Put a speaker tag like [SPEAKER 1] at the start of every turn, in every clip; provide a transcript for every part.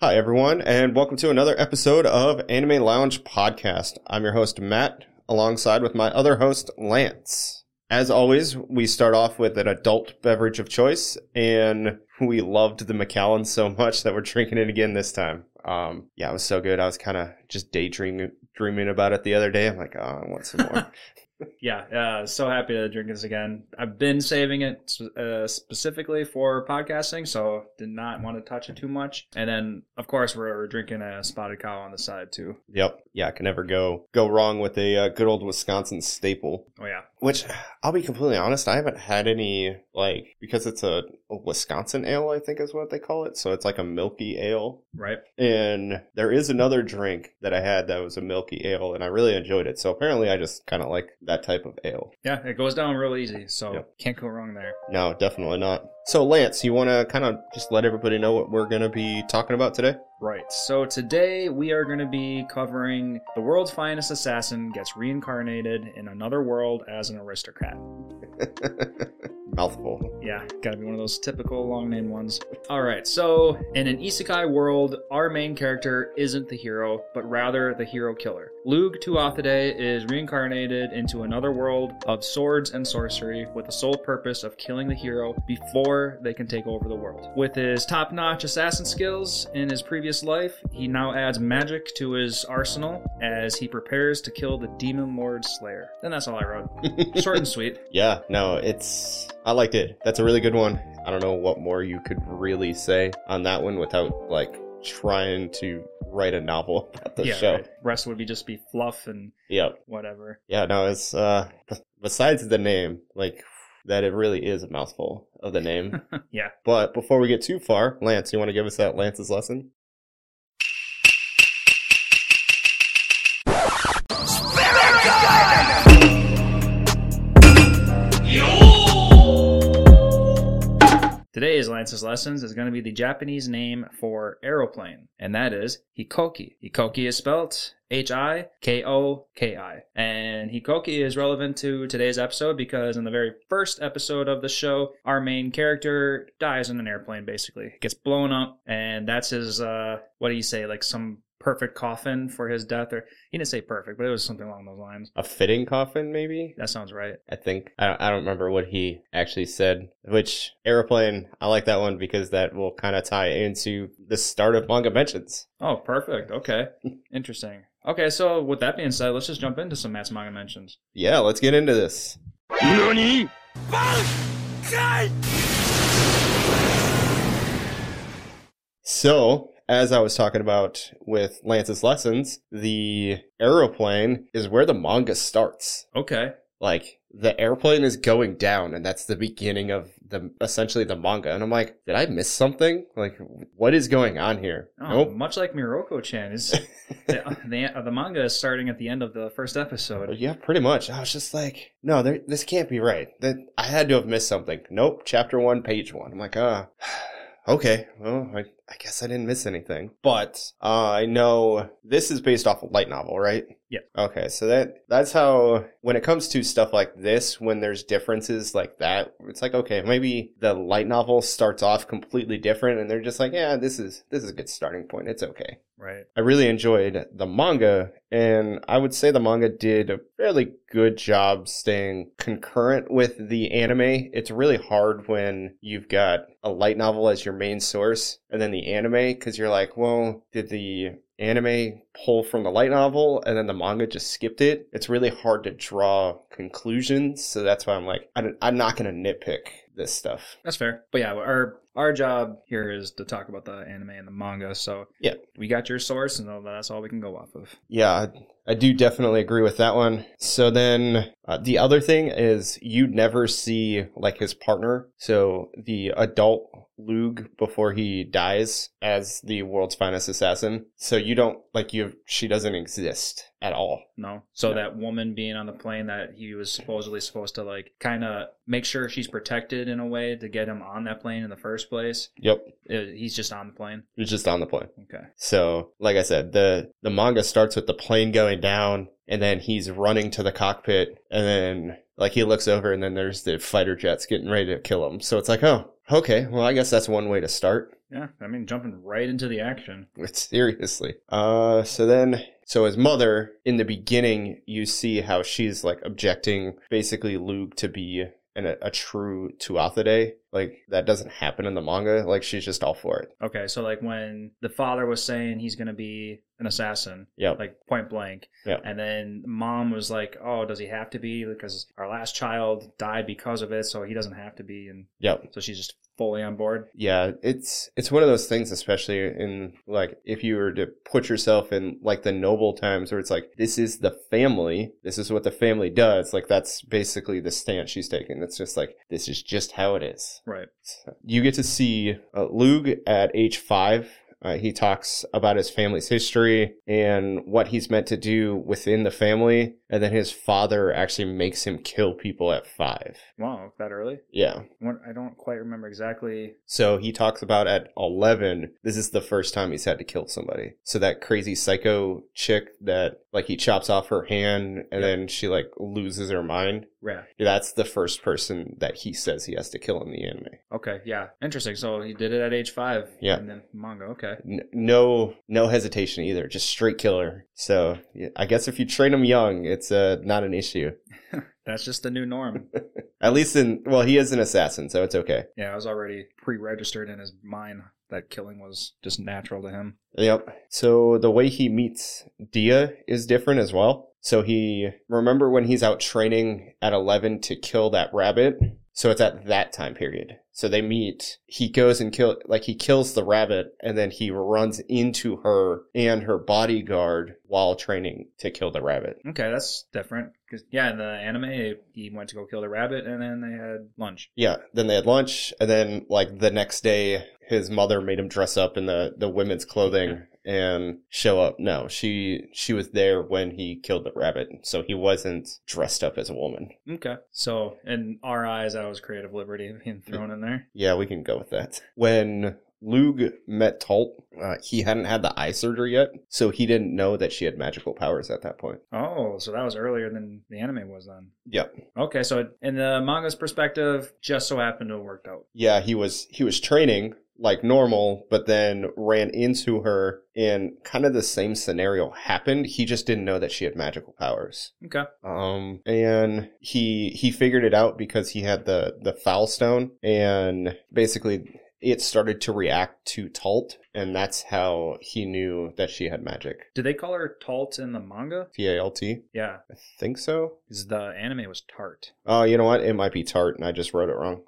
[SPEAKER 1] Hi, everyone, and welcome to another episode of Anime Lounge Podcast. I'm your host, Matt, alongside with my other host, Lance. As always, we start off with an adult beverage of choice, and we loved the Macallan so much that we're drinking it again this time. Um, yeah, it was so good. I was kind of just daydreaming dreaming about it the other day. I'm like, oh, I want some more.
[SPEAKER 2] Yeah, uh, so happy to drink this again. I've been saving it uh, specifically for podcasting, so did not want to touch it too much. And then, of course, we're drinking a spotted cow on the side too.
[SPEAKER 1] yep. Yeah, I can never go go wrong with a uh, good old Wisconsin staple.
[SPEAKER 2] Oh yeah,
[SPEAKER 1] Which I'll be completely honest, I haven't had any like because it's a, a Wisconsin ale, I think is what they call it. So it's like a milky ale.
[SPEAKER 2] right.
[SPEAKER 1] And there is another drink that I had that was a milky ale, and I really enjoyed it. So apparently, I just kind of like that type of ale.
[SPEAKER 2] Yeah, it goes down real easy, so
[SPEAKER 1] Yep.
[SPEAKER 2] can't go wrong there.
[SPEAKER 1] No, definitely not. So Lance, you want to kind of just let everybody know what we're gonna be talking about today?
[SPEAKER 2] Right. So today we are going to be covering the world's finest assassin gets reincarnated in another world as an aristocrat.
[SPEAKER 1] Mouthful.
[SPEAKER 2] Yeah, gotta be one of those typical long name ones. Alright, so in an isekai world, our main character isn't the hero, but rather the hero killer. Lug Tuathide is reincarnated into another world of swords and sorcery with the sole purpose of killing the hero before they can take over the world. With his top notch assassin skills in his previous life, he now adds magic to his arsenal as he prepares to kill the demon lord Slayer. And that's all I wrote. Short and sweet.
[SPEAKER 1] Yeah, no, it's. I liked it. That's a really good one. I don't know what more you could really say on that one without, like, trying to write a novel about the show.
[SPEAKER 2] right. Rest would be just be fluff and
[SPEAKER 1] Yep.
[SPEAKER 2] whatever.
[SPEAKER 1] Yeah, no, it's. uh Besides the name, like, that it really is a mouthful of the name.
[SPEAKER 2] Yeah.
[SPEAKER 1] But before we get too far, Lance, you want to give us that Lance's lesson?
[SPEAKER 2] Today's Lance's Lessons is going to be the Japanese name for aeroplane, and that is Hikoki. Hikoki is spelt H I K O K I. And Hikoki is relevant to today's episode because in the very first episode of the show, our main character dies in an airplane basically. Gets blown up, and that's his, uh, what do you say, like some perfect coffin for his death? Or he didn't say perfect, but it was something along those lines.
[SPEAKER 1] A fitting coffin, maybe?
[SPEAKER 2] That sounds right.
[SPEAKER 1] I think I don't, I don't remember what he actually said. Which airplane? I like that one because that will kind of tie into the start of manga mentions.
[SPEAKER 2] Oh, perfect. Okay. Interesting. Okay, so with that being said, let's just jump into some Matt's manga mentions.
[SPEAKER 1] Yeah, let's get into this. So, as I was talking about with Lance's lessons, the aeroplane is where the manga starts.
[SPEAKER 2] Okay.
[SPEAKER 1] Like the airplane is going down, and that's the beginning of the essentially the manga. And I'm like, did I miss something? Like, what is going on here?
[SPEAKER 2] Oh, Much like Miroko Chan is the, the, the manga is starting at the end of the first episode.
[SPEAKER 1] Yeah, pretty much. I was just like, no, there, this can't be right. That I had to have missed something. Nope, chapter one, page one. I'm like, ah, okay. Well, I, I guess I didn't miss anything. But uh, I know this is based off a light novel, right?
[SPEAKER 2] Yeah.
[SPEAKER 1] Okay, so that that's how when it comes to stuff like this, when there's differences like that, it's like okay, maybe the light novel starts off completely different, and they're just like, yeah, this is this is a good starting point. It's okay.
[SPEAKER 2] Right.
[SPEAKER 1] I really enjoyed the manga, and I would say the manga did a fairly good job staying concurrent with the anime. It's really hard when you've got a light novel as your main source and then the anime, because you're like, well, did the anime pull from the light novel and then the manga just skipped it? It's really hard to draw conclusions, so that's why I'm like, I don't- I'm not going to nitpick this stuff.
[SPEAKER 2] That's fair. But yeah, our our job here is to talk about the anime and the manga. So
[SPEAKER 1] Yeah.
[SPEAKER 2] we got your source, and all- that's all we can go off of.
[SPEAKER 1] Yeah, I- I do definitely agree with that one. So then uh, the other thing is you never see like his partner. So the adult Lug before he dies as the world's finest assassin. So you don't like you she doesn't exist at all.
[SPEAKER 2] No. So
[SPEAKER 1] Yeah.
[SPEAKER 2] that woman being on the plane that he was supposedly supposed to like kind of make sure she's protected in a way to get him on that plane in the first place.
[SPEAKER 1] Yep.
[SPEAKER 2] uh, He's just on the plane.
[SPEAKER 1] It's just on the plane.
[SPEAKER 2] Okay.
[SPEAKER 1] So, like I said, the the manga starts with the plane going down, and then he's running to the cockpit, and then like he looks over, and then there's the fighter jets getting ready to kill him. So it's like, oh, okay, well, I guess that's one way to start.
[SPEAKER 2] Yeah, I mean, jumping right into the action.
[SPEAKER 1] Seriously. Uh, so then, so his mother, in the beginning, you see how she's like objecting basically Luke to be an, a, a true Tuatha Like, that doesn't happen in the manga. Like, she's just all for it.
[SPEAKER 2] Okay, so like when the father was saying he's gonna be an assassin,
[SPEAKER 1] Yeah.
[SPEAKER 2] like point blank,
[SPEAKER 1] Yeah.
[SPEAKER 2] and then mom was like, "Oh, does he have to be? Because our last child died because of it, so he doesn't have to be." And
[SPEAKER 1] Yep.
[SPEAKER 2] so she's just fully on board.
[SPEAKER 1] yeah it's it's one of those things especially in like if you were to put yourself in like the noble times where it's like this is the family this is what the family does like that's basically the stance she's taking it's just like this is just how it is
[SPEAKER 2] Right.
[SPEAKER 1] So you get to see uh, Lug at age five uh, he talks about his family's history and what he's meant to do within the family and then his father actually makes him kill people at five
[SPEAKER 2] Wow, that early?
[SPEAKER 1] yeah
[SPEAKER 2] What, I don't quite remember exactly.
[SPEAKER 1] so he talks about at 11, this is the first time he's had to kill somebody. So that crazy psycho chick that like he chops off her hand and
[SPEAKER 2] Yep.
[SPEAKER 1] then she like loses her mind.
[SPEAKER 2] Yeah.
[SPEAKER 1] That's the first person that he says he has to kill in the anime.
[SPEAKER 2] Okay. Yeah. Interesting. So he did it at age five.
[SPEAKER 1] Yeah.
[SPEAKER 2] And then manga. Okay.
[SPEAKER 1] N- no, no hesitation either. Just straight killer. So yeah, I guess if you train him young, it's uh, not an issue.
[SPEAKER 2] That's just the new norm.
[SPEAKER 1] At least in well, he is an assassin, so it's okay.
[SPEAKER 2] yeah, I was already pre-registered in his mind that killing was just natural to him.
[SPEAKER 1] Yep. So the way he meets Dia is different as well. So he remember when he's out training at 11 to kill that rabbit. So it's at that time period. So they meet. He goes and kill like he kills the rabbit and then he runs into her and her bodyguard while training to kill the rabbit.
[SPEAKER 2] Okay, that's different. 'Cause, yeah, in the anime, he went to go kill the rabbit, and then they had lunch.
[SPEAKER 1] Yeah, then they had lunch and then like the next day his mother made him dress up in the the women's clothing and show up. No, she she was there when he killed the rabbit, so he wasn't dressed up as a woman.
[SPEAKER 2] Okay. So in our eyes, that was creative liberty being thrown in there.
[SPEAKER 1] Yeah, we can go with that. When Lug met Talt, uh, he hadn't had the eye surgery yet, so he didn't know that she had magical powers at that point.
[SPEAKER 2] Oh, so that was earlier than the anime was then.
[SPEAKER 1] Yep.
[SPEAKER 2] Okay, so in the manga's perspective, just so happened to have worked out.
[SPEAKER 1] yeah he was he was training like normal but then ran into her and kind of the same scenario happened he just didn't know that she had magical powers
[SPEAKER 2] Okay.
[SPEAKER 1] um and he he figured it out because he had the the foul stone and basically it started to react to Talt, and that's how he knew that she had magic.
[SPEAKER 2] Did they call her Talt in the manga?
[SPEAKER 1] T A L T?
[SPEAKER 2] Yeah,
[SPEAKER 1] I think so.
[SPEAKER 2] because the anime was Tart.
[SPEAKER 1] Oh, you know what? It might be Tart, and I just wrote it wrong.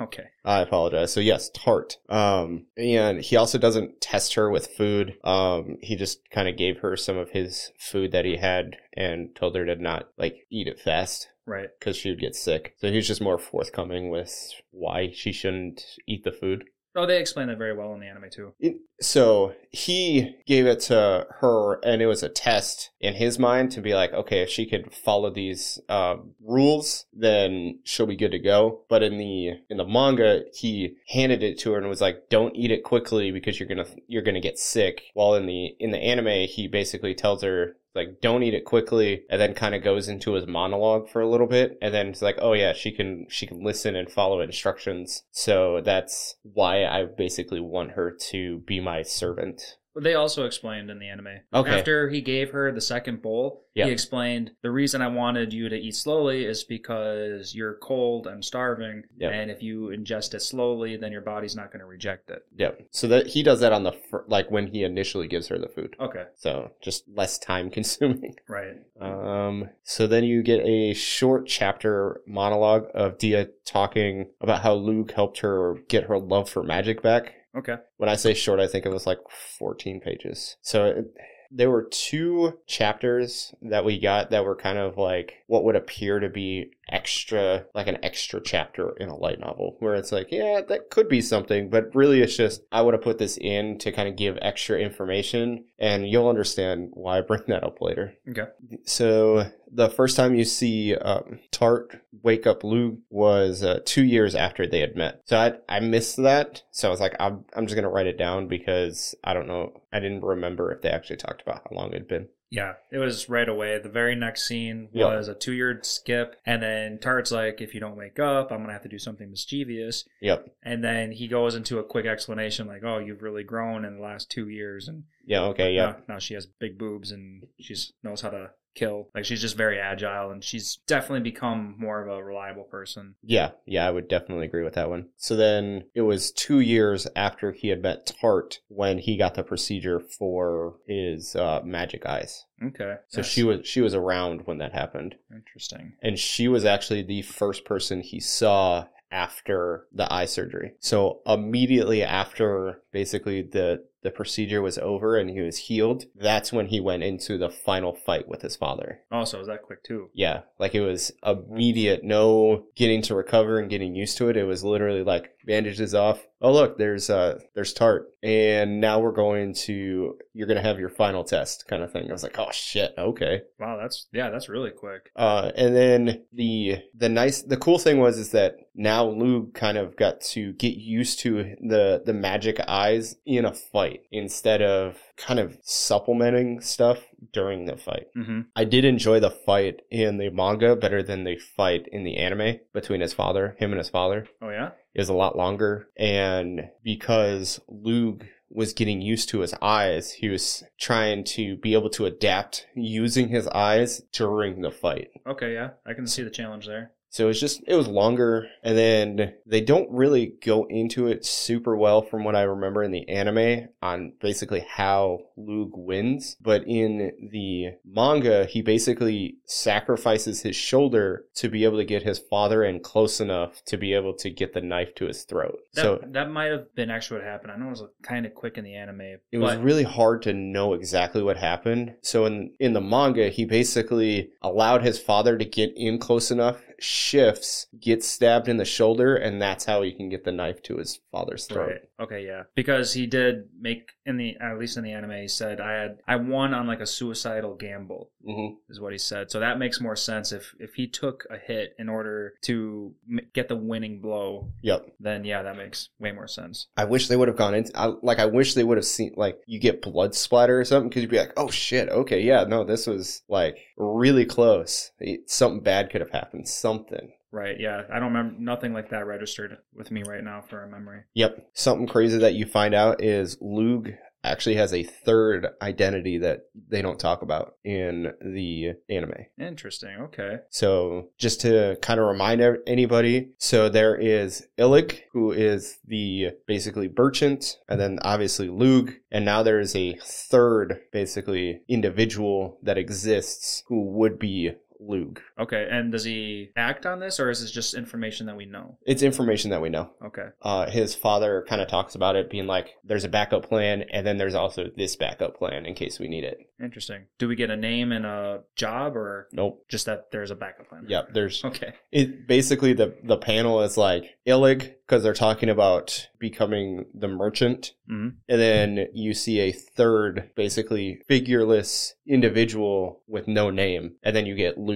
[SPEAKER 2] okay.
[SPEAKER 1] I apologize. So yes, tart. Um, and he also doesn't test her with food. Um, he just kind of gave her some of his food that he had and told her to not like eat it fast
[SPEAKER 2] Right.
[SPEAKER 1] because she would get sick. So he's just more forthcoming with why she shouldn't eat the food.
[SPEAKER 2] Oh, they explained that very well in the anime too.
[SPEAKER 1] It, so he gave it to her, and it was a test in his mind to be like, okay, if she could follow these uh, rules, then she'll be good to go. But in the in the manga, he handed it to her and was like, don't eat it quickly because you're gonna you're gonna get sick. While in the in the anime, he basically tells her like don't eat it quickly and then kind of goes into his monologue for a little bit and then it's like oh yeah she can she can listen and follow instructions so that's why i basically want her to be my servant
[SPEAKER 2] But they also explained in the anime.
[SPEAKER 1] Okay.
[SPEAKER 2] After he gave her the second bowl,
[SPEAKER 1] Yeah.
[SPEAKER 2] he explained the reason I wanted you to eat slowly is because you're cold and starving,
[SPEAKER 1] Yeah.
[SPEAKER 2] and if you ingest it slowly, then your body's not going to reject it.
[SPEAKER 1] yeah so that he does that on the fir- like when he initially gives her the food
[SPEAKER 2] Okay.
[SPEAKER 1] so just less time consuming
[SPEAKER 2] Right.
[SPEAKER 1] um so then you get a short chapter monologue of dia talking about how luke helped her get her love for magic back
[SPEAKER 2] Okay.
[SPEAKER 1] when I say short, I think it was like 14 pages. So it, there were two chapters that we got that were kind of like what would appear to be extra, like an extra chapter in a light novel, where it's like, yeah, that could be something, but really it's just, I would have put this in to kind of give extra information, and you'll understand why I bring that up later.
[SPEAKER 2] Okay.
[SPEAKER 1] So the first time you see um, Tart wake up Lou was uh, two years after they had met. So I, I missed that. So I was like, I'm, I'm just going to write it down because I don't know. I didn't remember if they actually talked about how long it had been.
[SPEAKER 2] Yeah, it was right away. The very next scene
[SPEAKER 1] Yeah.
[SPEAKER 2] was a two year skip, and then Tart's like, if you don't wake up, I'm gonna have to do something mischievous.
[SPEAKER 1] Yep.
[SPEAKER 2] And then he goes into a quick explanation like, oh, you've really grown in the last two years, and
[SPEAKER 1] Yeah. Okay. Yeah.
[SPEAKER 2] now, now she has big boobs and she's knows how to kill. Like she's just very agile, and she's definitely become more of a reliable person.
[SPEAKER 1] Yeah, yeah, I would definitely agree with that one. So then it was two years after he had met Tart when he got the procedure for his uh, magic eyes.
[SPEAKER 2] Okay,
[SPEAKER 1] So she was she was around when that happened,
[SPEAKER 2] interesting.
[SPEAKER 1] and she was actually the first person he saw after the eye surgery. So immediately after, basically the the procedure was over and he was healed. That's when he went into the final fight with his father.
[SPEAKER 2] Also, is that quick too?
[SPEAKER 1] Yeah, like it was immediate, no getting to recover and getting used to it. It was literally like bandages off. Oh look, there's uh there's tart. And now we're going to you're gonna have your final test kind of thing. I was like, Oh shit, okay.
[SPEAKER 2] Wow, that's yeah, that's really quick.
[SPEAKER 1] Uh and then the the nice the cool thing was is that now Lube kind of got to get used to the the magic eyes in a fight instead of kind of supplementing stuff during the fight.
[SPEAKER 2] Mm-hmm.
[SPEAKER 1] I did enjoy the fight in the manga better than the fight in the anime between his father, him and his father.
[SPEAKER 2] Oh yeah.
[SPEAKER 1] It was a lot longer, and because Lug was getting used to his eyes, he was trying to be able to adapt using his eyes during the fight.
[SPEAKER 2] Okay, yeah, I can see the challenge there.
[SPEAKER 1] So it was just it was longer, and then they don't really go into it super well, from what I remember in the anime, on basically how Lug wins. But in the manga, he basically sacrifices his shoulder to be able to get his father in close enough to be able to get the knife to his throat.
[SPEAKER 2] That,
[SPEAKER 1] so
[SPEAKER 2] that might have been actually what happened. I know it was kind of quick in the anime,
[SPEAKER 1] it was
[SPEAKER 2] but
[SPEAKER 1] really hard to know exactly what happened. So in in the manga, he basically allowed his father to get in close enough, shifts, gets stabbed in the shoulder, and that's how he can get the knife to his father's throat.
[SPEAKER 2] Right. Okay, yeah. Because he did make in the at least in the anime he said I had I won on like a suicidal gamble
[SPEAKER 1] hmm
[SPEAKER 2] is what he said. So that makes more sense if if he took a hit in order to m- get the winning blow,
[SPEAKER 1] Yep.
[SPEAKER 2] then yeah, that makes way more sense.
[SPEAKER 1] I wish they would have gone into I, like I wish they would have seen like you get blood splatter or something because you'd be like, oh shit, okay, yeah, no, this was like really close. It- something bad could have happened. Something.
[SPEAKER 2] Right. Yeah. I don't remember nothing like that registered with me right now for a memory.
[SPEAKER 1] Yep. Something crazy that you find out is Lug actually has a third identity that they don't talk about in the anime.
[SPEAKER 2] Interesting. Okay.
[SPEAKER 1] So, just to kind of remind ev- anybody, so there is Illig, who is the basically merchant, and then obviously Lug, and now there is a third basically individual that exists who would be Lug.
[SPEAKER 2] Okay. And does he act on this or is this just information that we know?
[SPEAKER 1] It's information that we know.
[SPEAKER 2] Okay.
[SPEAKER 1] uh, his father kind of talks about it being like there's a backup plan and then there's also this backup plan in case we need it
[SPEAKER 2] Interesting. Do we get a name and a job or
[SPEAKER 1] nope
[SPEAKER 2] just that there's a backup plan?
[SPEAKER 1] yep there's
[SPEAKER 2] Okay.
[SPEAKER 1] it basically the the panel is like illig because they're talking about becoming the merchant
[SPEAKER 2] hmm
[SPEAKER 1] and then you see a third basically figureless individual with no name and then you get lug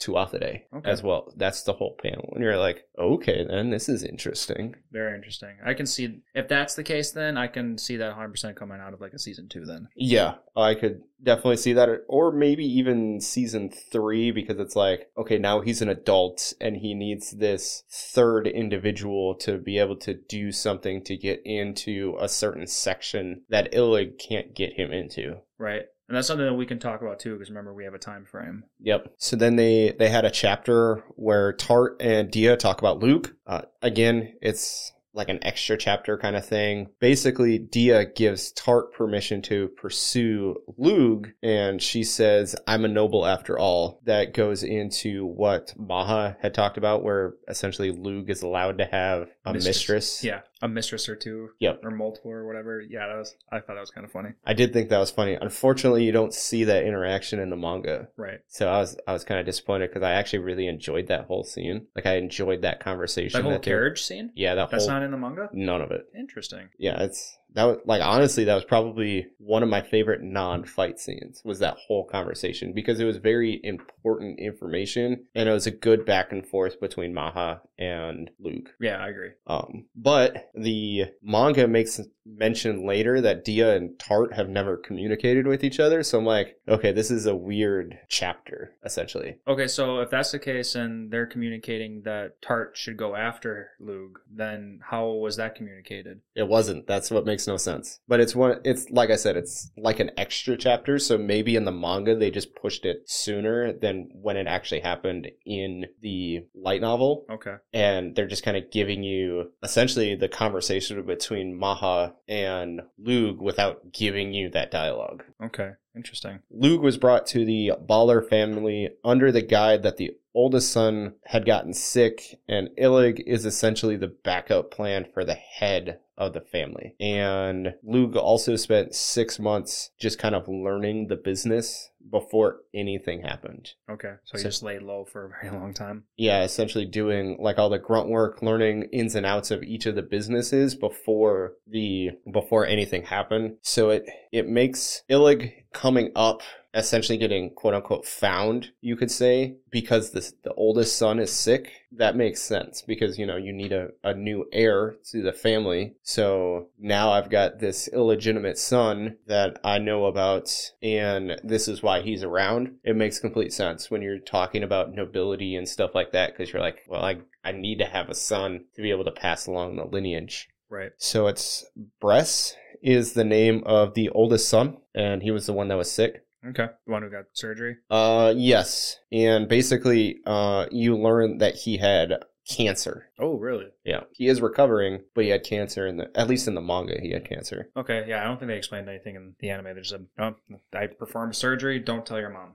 [SPEAKER 1] to Athaday
[SPEAKER 2] Okay.
[SPEAKER 1] as well that's the whole panel and you're like okay then this is interesting
[SPEAKER 2] Very interesting. I can see if that's the case, then I can see that 100% coming out of like a season two. Then
[SPEAKER 1] Yeah, I could definitely see that, or maybe even season three, because it's like, okay, now he's an adult and he needs this third individual to be able to do something to get into a certain section that Illig can't get him into.
[SPEAKER 2] right, and that's something that we can talk about too, because remember we have a time frame.
[SPEAKER 1] Yep. So then they they had a chapter where Tart and Dia talk about Luke. Uh, again, it's like an extra chapter kind of thing. Basically, Dia gives Tart permission to pursue Lug, and she says, "I'm a noble after all." That goes into what Maha had talked about, where essentially Lug is allowed to have a
[SPEAKER 2] Mistress.
[SPEAKER 1] mistress.
[SPEAKER 2] Yeah, a mistress or two.
[SPEAKER 1] Yep.
[SPEAKER 2] or multiple or whatever. Yeah, that was. I thought that was kind of funny.
[SPEAKER 1] I did think that was funny. Unfortunately, you don't see that interaction in the manga.
[SPEAKER 2] Right,
[SPEAKER 1] So I was I was kind of disappointed because I actually really enjoyed that whole scene. Like I enjoyed that conversation.
[SPEAKER 2] that whole
[SPEAKER 1] that they-
[SPEAKER 2] carriage scene.
[SPEAKER 1] Yeah, that
[SPEAKER 2] That's
[SPEAKER 1] whole
[SPEAKER 2] not in the manga.
[SPEAKER 1] none of it.
[SPEAKER 2] Interesting.
[SPEAKER 1] Yeah, it's That was like honestly, that was probably one of my favorite non-fight scenes was that whole conversation because it was very important information and it was a good back and forth between Maha and Luke.
[SPEAKER 2] Yeah, I agree.
[SPEAKER 1] Um, but the manga makes mention later that Dia and Tart have never communicated with each other. So I'm like, okay, this is a weird chapter, essentially.
[SPEAKER 2] Okay, so if that's the case and they're communicating that Tart should go after Lug, then how was that communicated?
[SPEAKER 1] It wasn't. That's what makes no sense. But it's one, it's like I said, it's like an extra chapter. So maybe in the manga, they just pushed it sooner than when it actually happened in the light novel.
[SPEAKER 2] Okay.
[SPEAKER 1] and they're just kind of giving you essentially the conversation between Maha and Lug without giving you that dialogue.
[SPEAKER 2] Okay. Interesting.
[SPEAKER 1] Lug was brought to the Baller family under the guide that the oldest son had gotten sick, and Illig is essentially the backup plan for the head of the family. And Lug also spent six months just kind of learning the business before anything happened.
[SPEAKER 2] Okay. So he
[SPEAKER 1] So-
[SPEAKER 2] just laid low for a very long time.
[SPEAKER 1] yeah, essentially doing like all the grunt work, learning ins and outs of each of the businesses before the before anything happened. So it it makes Illig coming up essentially getting quote unquote found, you could say, because this the oldest son is sick. That makes sense because you know you need a, a new heir to the family. So now I've got this illegitimate son that I know about and this is why he's around. It makes complete sense when you're talking about nobility and stuff like that because you're like, well, I, I need to have a son to be able to pass along the lineage.
[SPEAKER 2] Right.
[SPEAKER 1] So it's Bress is the name of the oldest son, and he was the one that was sick.
[SPEAKER 2] Okay. The one who got surgery.
[SPEAKER 1] Uh, yes, and basically, uh, you learn that he had cancer.
[SPEAKER 2] Oh, really?
[SPEAKER 1] Yeah, he is recovering, but he had cancer in the at least in the manga, he had cancer.
[SPEAKER 2] Okay. Yeah, I don't think they explained anything in the anime. They just said, "Oh, I performed surgery. Don't tell your mom."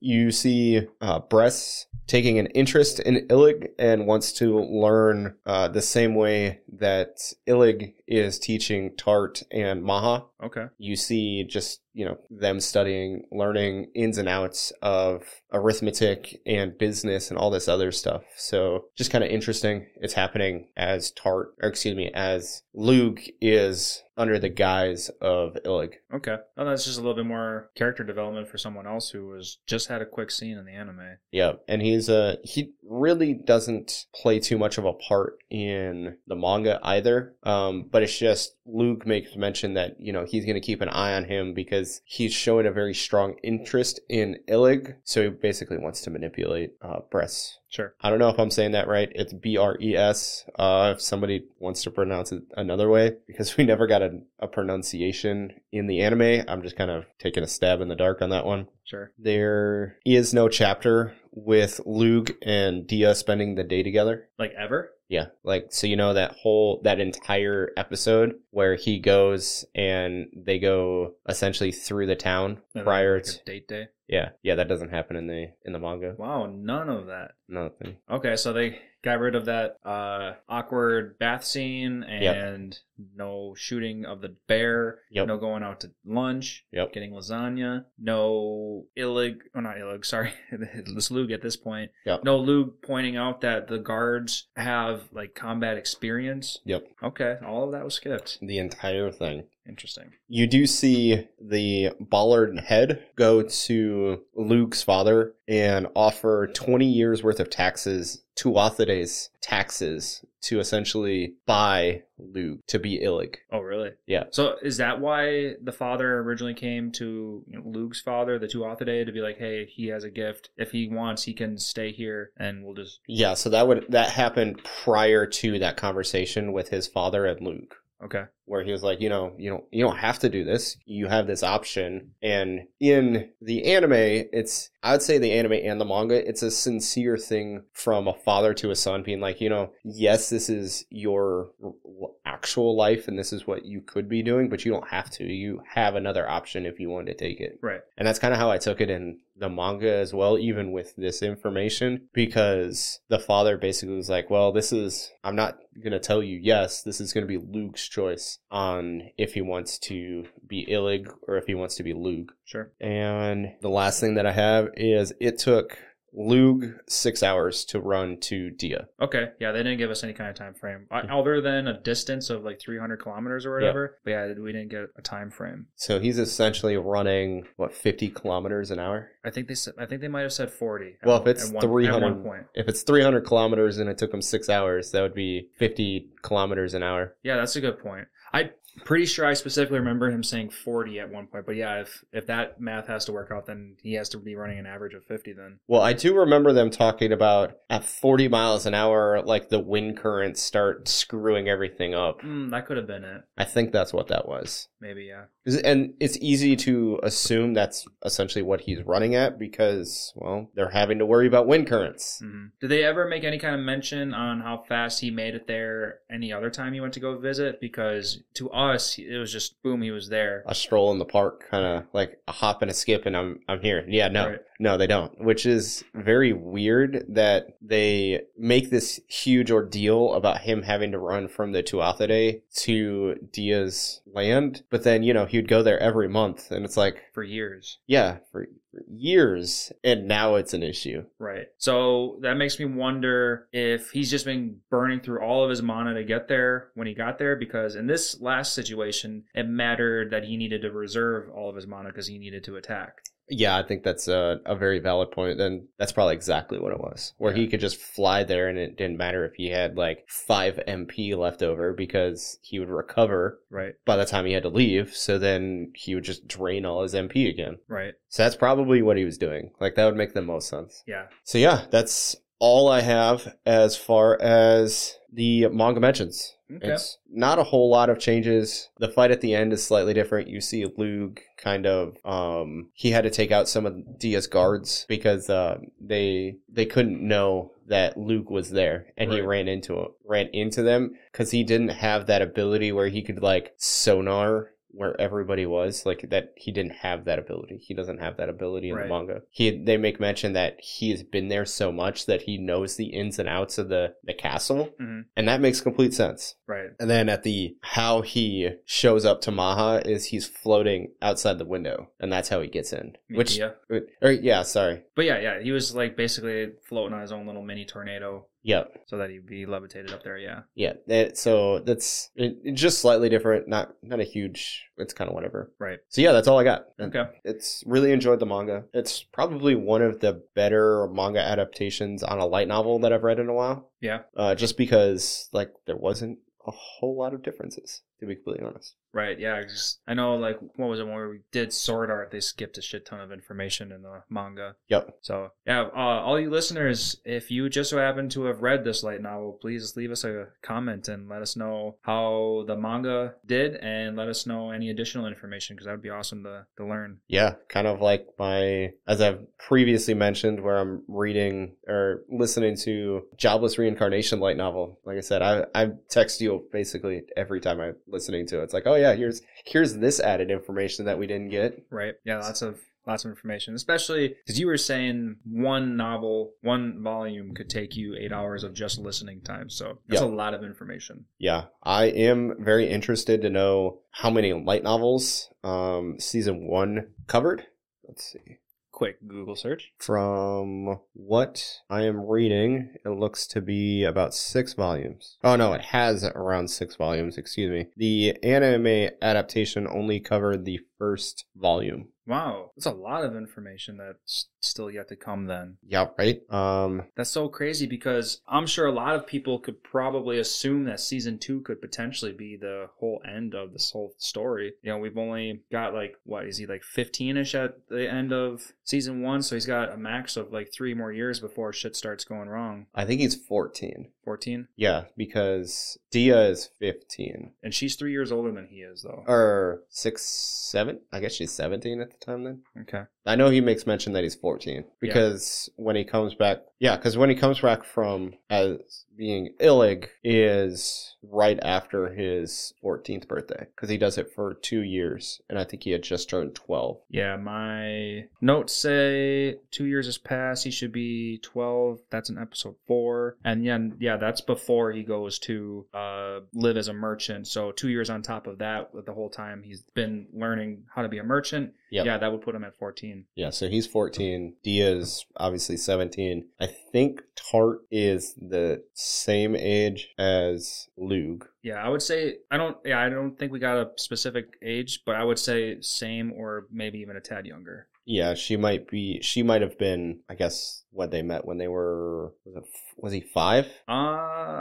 [SPEAKER 1] you see uh, Bress taking an interest in Illig and wants to learn uh, the same way that Illig is teaching Tart and Maha.
[SPEAKER 2] Okay.
[SPEAKER 1] You see just, you know, them studying, learning ins and outs of arithmetic and business and all this other stuff. So just kind of interesting. It's happening as Tart, or excuse me, as Luke is under the guise of Illig.
[SPEAKER 2] Okay. Oh, that's just a little bit more character development for someone else who was just had a quick scene in the anime.
[SPEAKER 1] Yeah, and he's uh he really doesn't play too much of a part in the manga either. Um, but it's just Luke makes mention that you know he's gonna keep an eye on him because he's showing a very strong interest in Illig, so he basically wants to manipulate uh, Bress.
[SPEAKER 2] Sure.
[SPEAKER 1] I don't know if I'm saying that right. It's B R E S. Uh, if somebody wants to pronounce it another way, because we never got a, a pronunciation in the anime, I'm just kind of taking a stab in the dark on that one
[SPEAKER 2] Sure.
[SPEAKER 1] there is no chapter with Luke and Dia spending the day together.
[SPEAKER 2] Like ever?
[SPEAKER 1] Yeah, like so you know that whole that entire episode where he goes and they go essentially through the town
[SPEAKER 2] And then,
[SPEAKER 1] prior
[SPEAKER 2] like,
[SPEAKER 1] to
[SPEAKER 2] a date day.
[SPEAKER 1] yeah yeah that doesn't happen in the in the manga
[SPEAKER 2] Wow, none of that.
[SPEAKER 1] nothing
[SPEAKER 2] Okay, so they got rid of that uh, awkward bath scene and no shooting of the bear,
[SPEAKER 1] Yep.
[SPEAKER 2] no going out to lunch,
[SPEAKER 1] Yep.
[SPEAKER 2] getting lasagna, no illig, oh not illig, sorry, this Lug at this point,
[SPEAKER 1] Yep.
[SPEAKER 2] no Lug pointing out that the guards have like combat experience.
[SPEAKER 1] Yep.
[SPEAKER 2] Okay, all of that was skipped.
[SPEAKER 1] the entire thing.
[SPEAKER 2] Interesting.
[SPEAKER 1] You do see the Ballard head go to Luke's father and offer 20 years worth of taxes to Wathade's taxes to essentially buy Luke to be Illig.
[SPEAKER 2] Oh, really?
[SPEAKER 1] Yeah.
[SPEAKER 2] So is that why the father originally came to you know, Luke's father, the Tuatha to be like, hey, he has a gift. If he wants, he can stay here, and we'll just
[SPEAKER 1] Yeah, so that would that happened prior to that conversation with his father and Luke.
[SPEAKER 2] okay.
[SPEAKER 1] where he was like, you know, you don't you don't have to do this. You have this option. And in the anime, it's I would say the anime and the manga, it's a sincere thing from a father to a son being like, you know, yes, this is your l- actual life and this is what you could be doing, but you don't have to. You have another option if you wanted to take it.
[SPEAKER 2] Right.
[SPEAKER 1] And that's kind of how I took it in the manga as well, even with this information, because the father basically was like, well, this is, I'm not going to tell you yes. This is going to be Luke's choice on if he wants to be Illig or if he wants to be Luke.
[SPEAKER 2] Sure.
[SPEAKER 1] And the last thing that I have is it took Lug six hours to run to Dia.
[SPEAKER 2] Okay, yeah, they didn't give us any kind of time frame o-
[SPEAKER 1] Hmm.
[SPEAKER 2] other than a distance of like 300 kilometers or whatever. But yeah, we didn't get a time frame.
[SPEAKER 1] So he's essentially running what fifty kilometers an hour.
[SPEAKER 2] I think they said I think they might have said 40. at
[SPEAKER 1] Well, if
[SPEAKER 2] one-
[SPEAKER 1] it's
[SPEAKER 2] at one, at
[SPEAKER 1] 300
[SPEAKER 2] one point.
[SPEAKER 1] If it's three hundred kilometers and it took him six hours, that would be fifty kilometers an hour.
[SPEAKER 2] Yeah, that's a good point. I pretty sure I specifically remember him saying 40 at one point. But yeah, if if that math has to work out, then he has to be running an average of 50 then.
[SPEAKER 1] Well, I do remember them talking about at forty miles an hour, like the wind currents start screwing everything up.
[SPEAKER 2] Mm, that could have been it.
[SPEAKER 1] I think that's what that was.
[SPEAKER 2] Maybe yeah.
[SPEAKER 1] Is- And it's easy to assume that's essentially what he's running at because, well, they're having to worry about wind currents.
[SPEAKER 2] hmm Did they ever make any kind of mention on how fast he made it there any other time he went to go visit? Because to us, it was just boom, he was there.
[SPEAKER 1] A stroll in the park, kind of like a hop and a skip, and I'm I'm here. Yeah, no,
[SPEAKER 2] Right.
[SPEAKER 1] no, they don't. Which is very weird that they make this huge ordeal about him having to run from the Tuatha to Dia's land, but then you know he would go there every month, and it's like,
[SPEAKER 2] for years.
[SPEAKER 1] yeah, for, for years, and now it's an issue.
[SPEAKER 2] Right. So that makes me wonder if he's just been burning through all of his mana to get there when he got there, because in this last situation, it mattered that he needed to reserve all of his mana because he needed to attack.
[SPEAKER 1] Yeah, I think that's a, a very valid point. Then that's probably exactly what it was, where he could just fly there and it didn't matter if he had like five MP left over because he would recover
[SPEAKER 2] Right.
[SPEAKER 1] by the time he had to leave. So then he would just drain all his MP again.
[SPEAKER 2] Right.
[SPEAKER 1] So that's probably what he was doing. Like that would make the most sense.
[SPEAKER 2] Yeah.
[SPEAKER 1] So yeah, that's all I have as far as the manga mentions.
[SPEAKER 2] Okay.
[SPEAKER 1] It's not a whole lot of changes. The fight at the end is slightly different. You see Lug kind of um he had to take out some of Dia's guards because uh they they couldn't know that Luke was there and he
[SPEAKER 2] Right.
[SPEAKER 1] ran into ran into them cuz he didn't have that ability where he could like sonar where everybody was like that he didn't have that ability he doesn't have that ability in
[SPEAKER 2] Right.
[SPEAKER 1] the manga he they make mention that he has been there so much that he knows the ins and outs of the the castle
[SPEAKER 2] Mhm.
[SPEAKER 1] and that makes complete sense
[SPEAKER 2] Right.
[SPEAKER 1] and then at the how he shows up to Maha is he's floating outside the window, and that's how he gets in. Which, uh,
[SPEAKER 2] yeah.
[SPEAKER 1] or yeah, sorry,
[SPEAKER 2] But yeah, yeah, he was like basically floating on his own little mini tornado
[SPEAKER 1] yep,
[SPEAKER 2] so that he'd be levitated up there. Yeah.
[SPEAKER 1] yeah. That- so that's it, it's just slightly different. Not not a huge. It's kind of whatever.
[SPEAKER 2] Right.
[SPEAKER 1] So yeah, that's all I got.
[SPEAKER 2] Okay.
[SPEAKER 1] It's really enjoyed the manga. It's probably one of the better manga adaptations on a light novel that I've read in a while.
[SPEAKER 2] Yeah.
[SPEAKER 1] Uh, just because like there wasn't a whole lot of differences, to be completely honest.
[SPEAKER 2] Right. Yeah. I Just, I know, like, what was it when we did Sword Art? They skipped a shit ton of information in the manga.
[SPEAKER 1] Yep.
[SPEAKER 2] So, yeah, uh, all you listeners, if you just so happen to have read this light novel, please leave us a comment and let us know how the manga did and let us know any additional information because that would be awesome to, to learn.
[SPEAKER 1] Yeah, kind of like my, as I've previously mentioned, where I'm reading or listening to Jobless Reincarnation light novel. Like I said, I, I text you basically every time I'm listening to it. It's like, oh yeah, here's here's this added information that we didn't get.
[SPEAKER 2] Right. Yeah. Lots of. Lots of information, especially because you were saying one novel, one volume could take you eight hours of just listening time. So that's a lot of information.
[SPEAKER 1] Yeah, I am very interested to know how many light novels um, season one covered. Let's see.
[SPEAKER 2] Quick Google search.
[SPEAKER 1] From what I am reading, it looks to be about six volumes. Oh no, it has around six volumes, excuse me. The anime adaptation only covered the first volume.
[SPEAKER 2] Wow, that's a lot of information that's still yet to come. Then
[SPEAKER 1] Yeah, right? Um
[SPEAKER 2] That's so crazy because I'm sure a lot of people could probably assume that season two could potentially be the whole end of this whole story. You know, we've only got like, what is he like 15 ish at the end of season one? So he's got a max of like three more years before shit starts going wrong.
[SPEAKER 1] I think he's fourteen.
[SPEAKER 2] 14?
[SPEAKER 1] Yeah, because Dia is fifteen.
[SPEAKER 2] And she's three years older than he is, though.
[SPEAKER 1] Uh, Or six seven? I guess she's seventeen at the time then.
[SPEAKER 2] Okay.
[SPEAKER 1] I know he makes mention that he's 14 because when he comes back, yeah, because when he comes back from as being Illig is right after his 14th birthday because he does it for two years and I think he had just turned 12.
[SPEAKER 2] Yeah, my notes say two years has passed. He should be 12. That's in episode four. And yeah, yeah, that's before he goes to uh, live as a merchant. So two years on top of that, with the whole time he's been learning from How to Be a Merchant.
[SPEAKER 1] Yep.
[SPEAKER 2] Yeah, that would put him at 14.
[SPEAKER 1] Yeah, so he's 14. Diaz, obviously 17. I think Tart is the same age as Lug.
[SPEAKER 2] Yeah, I would say I don't. Yeah, I don't think we got a specific age, but I would say same or maybe even a tad younger.
[SPEAKER 1] Yeah, she might be. She might have been. I guess when they met, when they were, was, it, f- was he five
[SPEAKER 2] Uh,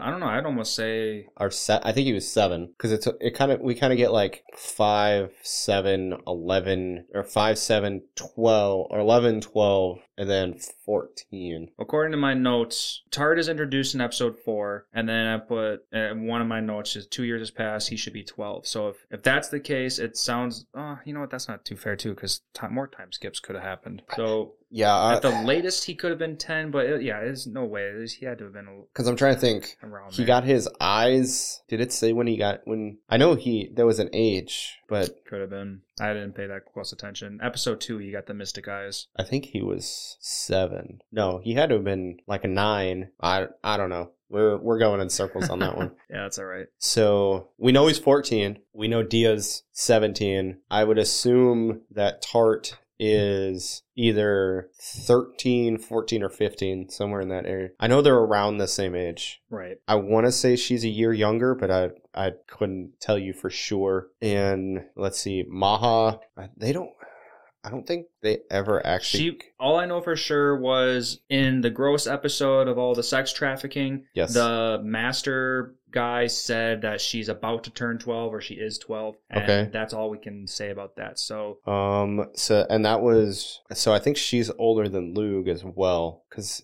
[SPEAKER 2] I don't know. I'd almost say
[SPEAKER 1] or se- I think he was seven because it's it kind of we kind of get like five, seven, eleven, or five, seven, twelve, or eleven, twelve, and then fourteen.
[SPEAKER 2] According to my notes, Tard is introduced in episode four, and then I put uh, one of my notes is two years has passed. He should be twelve. So if, if that's the case, it sounds. Oh, you know what? That's not too fair too, because more time skips could have happened. So
[SPEAKER 1] Yeah,
[SPEAKER 2] at the latest, he could have been ten, but it, yeah, there's no way. There's- he had to have been a-
[SPEAKER 1] because I'm trying to think.
[SPEAKER 2] around.
[SPEAKER 1] He
[SPEAKER 2] there.
[SPEAKER 1] got his eyes. Did it say when he got when? I know he there was an age, but
[SPEAKER 2] could have been. I didn't pay that close attention. Episode two, he got the mystic eyes.
[SPEAKER 1] I think he was seven. No, he had to have been like a nine. I I don't know. We're we're going in circles on that one.
[SPEAKER 2] Yeah, that's all right.
[SPEAKER 1] So we know he's 14. We know Dia's 17. I would assume that Tart is either 13, 14, or 15, somewhere in that area. I know they're around the same age.
[SPEAKER 2] Right.
[SPEAKER 1] I want to say she's a year younger, but I I couldn't tell you for sure. And let's see, Maha, I- they don't. I don't think they ever actually.
[SPEAKER 2] She, all I know for sure was in the gross episode of all the sex trafficking,
[SPEAKER 1] yes.
[SPEAKER 2] the master guy said that she's about to turn 12 or she is 12. And
[SPEAKER 1] Okay.
[SPEAKER 2] that's all we can say about that. So,
[SPEAKER 1] Um. So, and that was so. I think she's older than Lug as well, because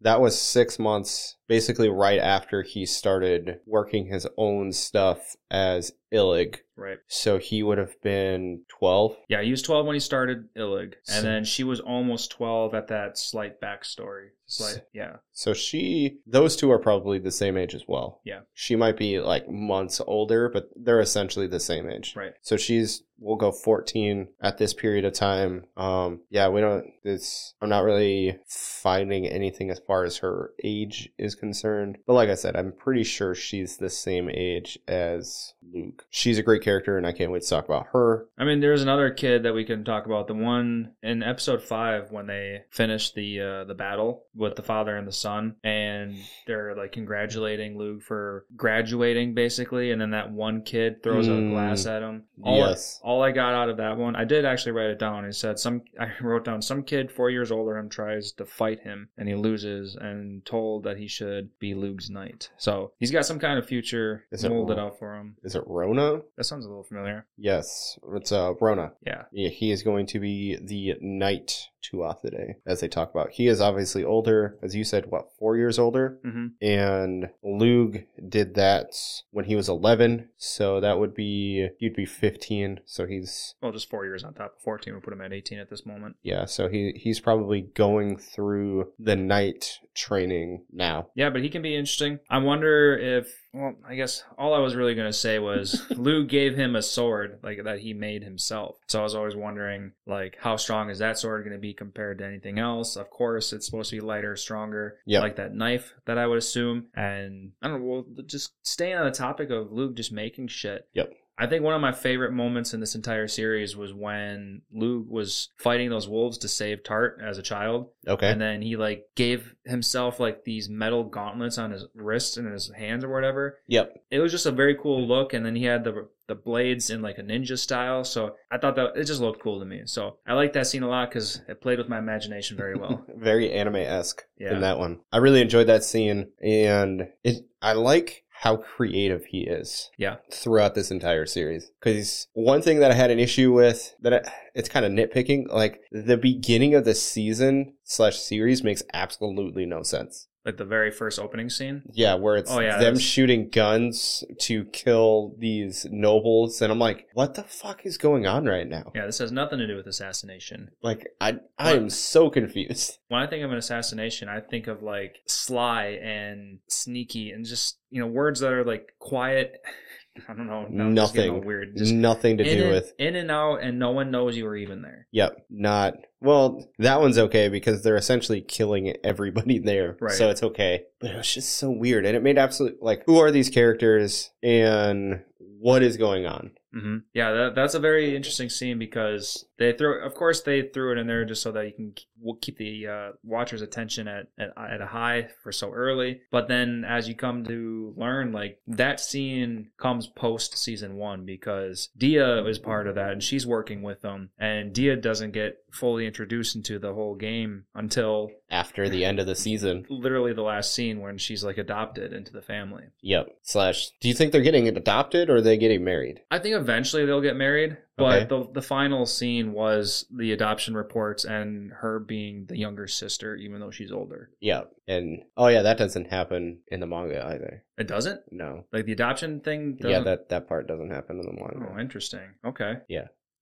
[SPEAKER 1] that was six months, basically right after he started working his own stuff as Illig.
[SPEAKER 2] right.
[SPEAKER 1] So he would have been twelve.
[SPEAKER 2] Yeah, he was 12 when he started Illig.
[SPEAKER 1] So-
[SPEAKER 2] And then she was almost 12 at that slight backstory. Slight,
[SPEAKER 1] So-
[SPEAKER 2] yeah.
[SPEAKER 1] So she, those two are probably the same age as well.
[SPEAKER 2] Yeah.
[SPEAKER 1] She might be like months older, but they're essentially the same age.
[SPEAKER 2] Right.
[SPEAKER 1] So she's we'll go 14 at this period of time. Um yeah, we don't it's I'm not really finding anything as far as her age is concerned. But like I said, I'm pretty sure she's the same age as Luke. She's a great character and I can't wait to talk about her.
[SPEAKER 2] I mean, there's another kid that we can talk about. The one in episode five when they finish the uh, the battle with the father and the son, and they're like congratulating Luke for graduating, basically. And then that one kid throws
[SPEAKER 1] Mm.
[SPEAKER 2] a glass at him. All,
[SPEAKER 1] Yes.
[SPEAKER 2] All I got out of that one, I did actually write it down. He said some. I wrote down some kid four years older than him tries to fight him, and he loses, and told that he should be Luke's knight. So he's got some kind of future
[SPEAKER 1] Is it
[SPEAKER 2] molded
[SPEAKER 1] wrong?
[SPEAKER 2] out for him.
[SPEAKER 1] Is it Rona?
[SPEAKER 2] That sounds a little familiar.
[SPEAKER 1] Yes, it's uh Rona.
[SPEAKER 2] Yeah.
[SPEAKER 1] Yeah, he is going to be the knight to Athade, as they talk about. He is obviously older, as you said, what, four years older?
[SPEAKER 2] hmm
[SPEAKER 1] and Lug did that when he was 11, so that would be you'd be 15, so he's
[SPEAKER 2] well, just four years on top of 14 would put him at 18 at this moment.
[SPEAKER 1] yeah, so he he's probably going through the night training now.
[SPEAKER 2] Yeah, but he can be interesting. I wonder if, well, I guess all I was really going to say was Lou gave him a sword like that he made himself. So I was always wondering like how strong is that sword going to be compared to anything else? Of course, it's supposed to be lighter, stronger,
[SPEAKER 1] Yeah.
[SPEAKER 2] like that knife that I would assume. And I don't know, well, just staying on the topic of Luke just making shit.
[SPEAKER 1] Yep.
[SPEAKER 2] I think one of my favorite moments in this entire series was when Luke was fighting those wolves to save Tart as a child.
[SPEAKER 1] Okay.
[SPEAKER 2] And then he like gave himself like these metal gauntlets on his wrists and his hands or whatever.
[SPEAKER 1] yep.
[SPEAKER 2] It was just a very cool look. And then he had the the blades in like a ninja style. So I thought that it just looked cool to me. So I like that scene a lot because it played with my imagination very well.
[SPEAKER 1] Very anime esque
[SPEAKER 2] Yeah.
[SPEAKER 1] in that one. I really enjoyed that scene and it I like how creative he is.
[SPEAKER 2] Yeah.
[SPEAKER 1] Throughout this entire series. Because one thing that I had an issue with that I, it's kind of nitpicking, like the beginning of the season slash series makes absolutely no sense.
[SPEAKER 2] like the very first opening scene.
[SPEAKER 1] Yeah, where it's
[SPEAKER 2] Oh, yeah,
[SPEAKER 1] them
[SPEAKER 2] that's-
[SPEAKER 1] shooting guns to kill these nobles, and I'm like, what the fuck is going on right now?
[SPEAKER 2] Yeah, this has nothing to do with assassination.
[SPEAKER 1] Like, I I am so confused.
[SPEAKER 2] When I think of an assassination, I think of like sly and sneaky and just, you know, words that are like quiet. I don't know. now I'm just getting all
[SPEAKER 1] Nothing.
[SPEAKER 2] Weird. Just
[SPEAKER 1] Nothing to
[SPEAKER 2] in
[SPEAKER 1] do
[SPEAKER 2] and,
[SPEAKER 1] with.
[SPEAKER 2] in and out, and no one knows you were even there.
[SPEAKER 1] Yep, not well. That one's okay because they're essentially killing everybody there,
[SPEAKER 2] Right.
[SPEAKER 1] so it's okay. But it was just so weird, and it made absolute like, who are these characters, and what is going on?
[SPEAKER 2] hmm Yeah, that, that's a very interesting scene because they throw, of course, they threw it in there just so that you can keep- we'll keep the uh, watcher's attention at, at at a high for so early. But then, as you come to learn, like that scene comes post season one because Dia is part of that and she's working with them, and Dia doesn't get fully introduced into the whole game until
[SPEAKER 1] after the end of the season.
[SPEAKER 2] literally the last scene when she's like adopted into the family.
[SPEAKER 1] Yep. Slash, do you think they're getting adopted or are they getting married?
[SPEAKER 2] I think eventually they'll get married, but
[SPEAKER 1] Okay.
[SPEAKER 2] the the final scene was the adoption reports and her being the younger sister, even though she's older.
[SPEAKER 1] Yeah. And oh yeah, that doesn't happen in the manga either.
[SPEAKER 2] It doesn't
[SPEAKER 1] No.
[SPEAKER 2] like the adoption thing. Doesn't...
[SPEAKER 1] Yeah, that that part doesn't happen in the manga.
[SPEAKER 2] Oh, interesting. Okay.